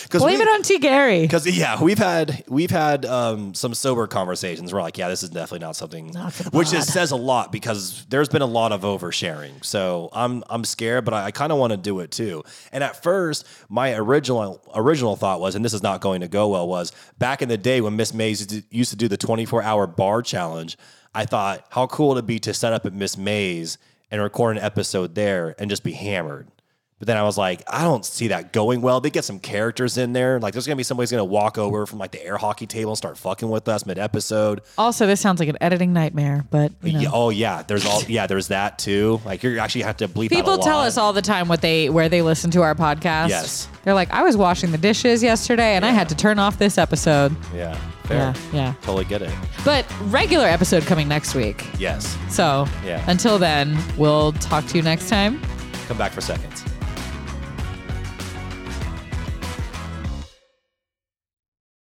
A: Because
B: Blame it on T. Gary.
A: Because yeah, we've had we've had um, some sober conversations. We're like, yeah, this is definitely not something, which is, says a lot because there's been a lot of oversharing. So I'm I'm scared, but I, I kind of want to do it too. And at first, my original original thought was, and this is not going to go well, was back in the day when Miss Mays used to- used to do the 24 hour bar challenge. I thought, how cool it'd be to set up at Miss Mays and record an episode there and just be hammered. But then I was like, I don't see that going well. They get some characters in there. Like, there's gonna be somebody's gonna walk over from like the air hockey table and start fucking with us mid episode.
B: Also, this sounds like an editing nightmare, but you know.
A: Yeah, oh yeah, there's all yeah, there's that too. Like, you actually have to bleep. out a
B: People tell
A: lot.
B: us all the time what they where they listen to our podcast.
A: Yes.
B: They're like, I was washing the dishes yesterday and I had to turn off this episode.
A: Yeah, fair.
B: Yeah, yeah.
A: totally get it.
B: But regular episode coming next week.
A: Yes,
B: So
A: Yeah.
B: until then, we'll talk to you next time.
A: come back for seconds.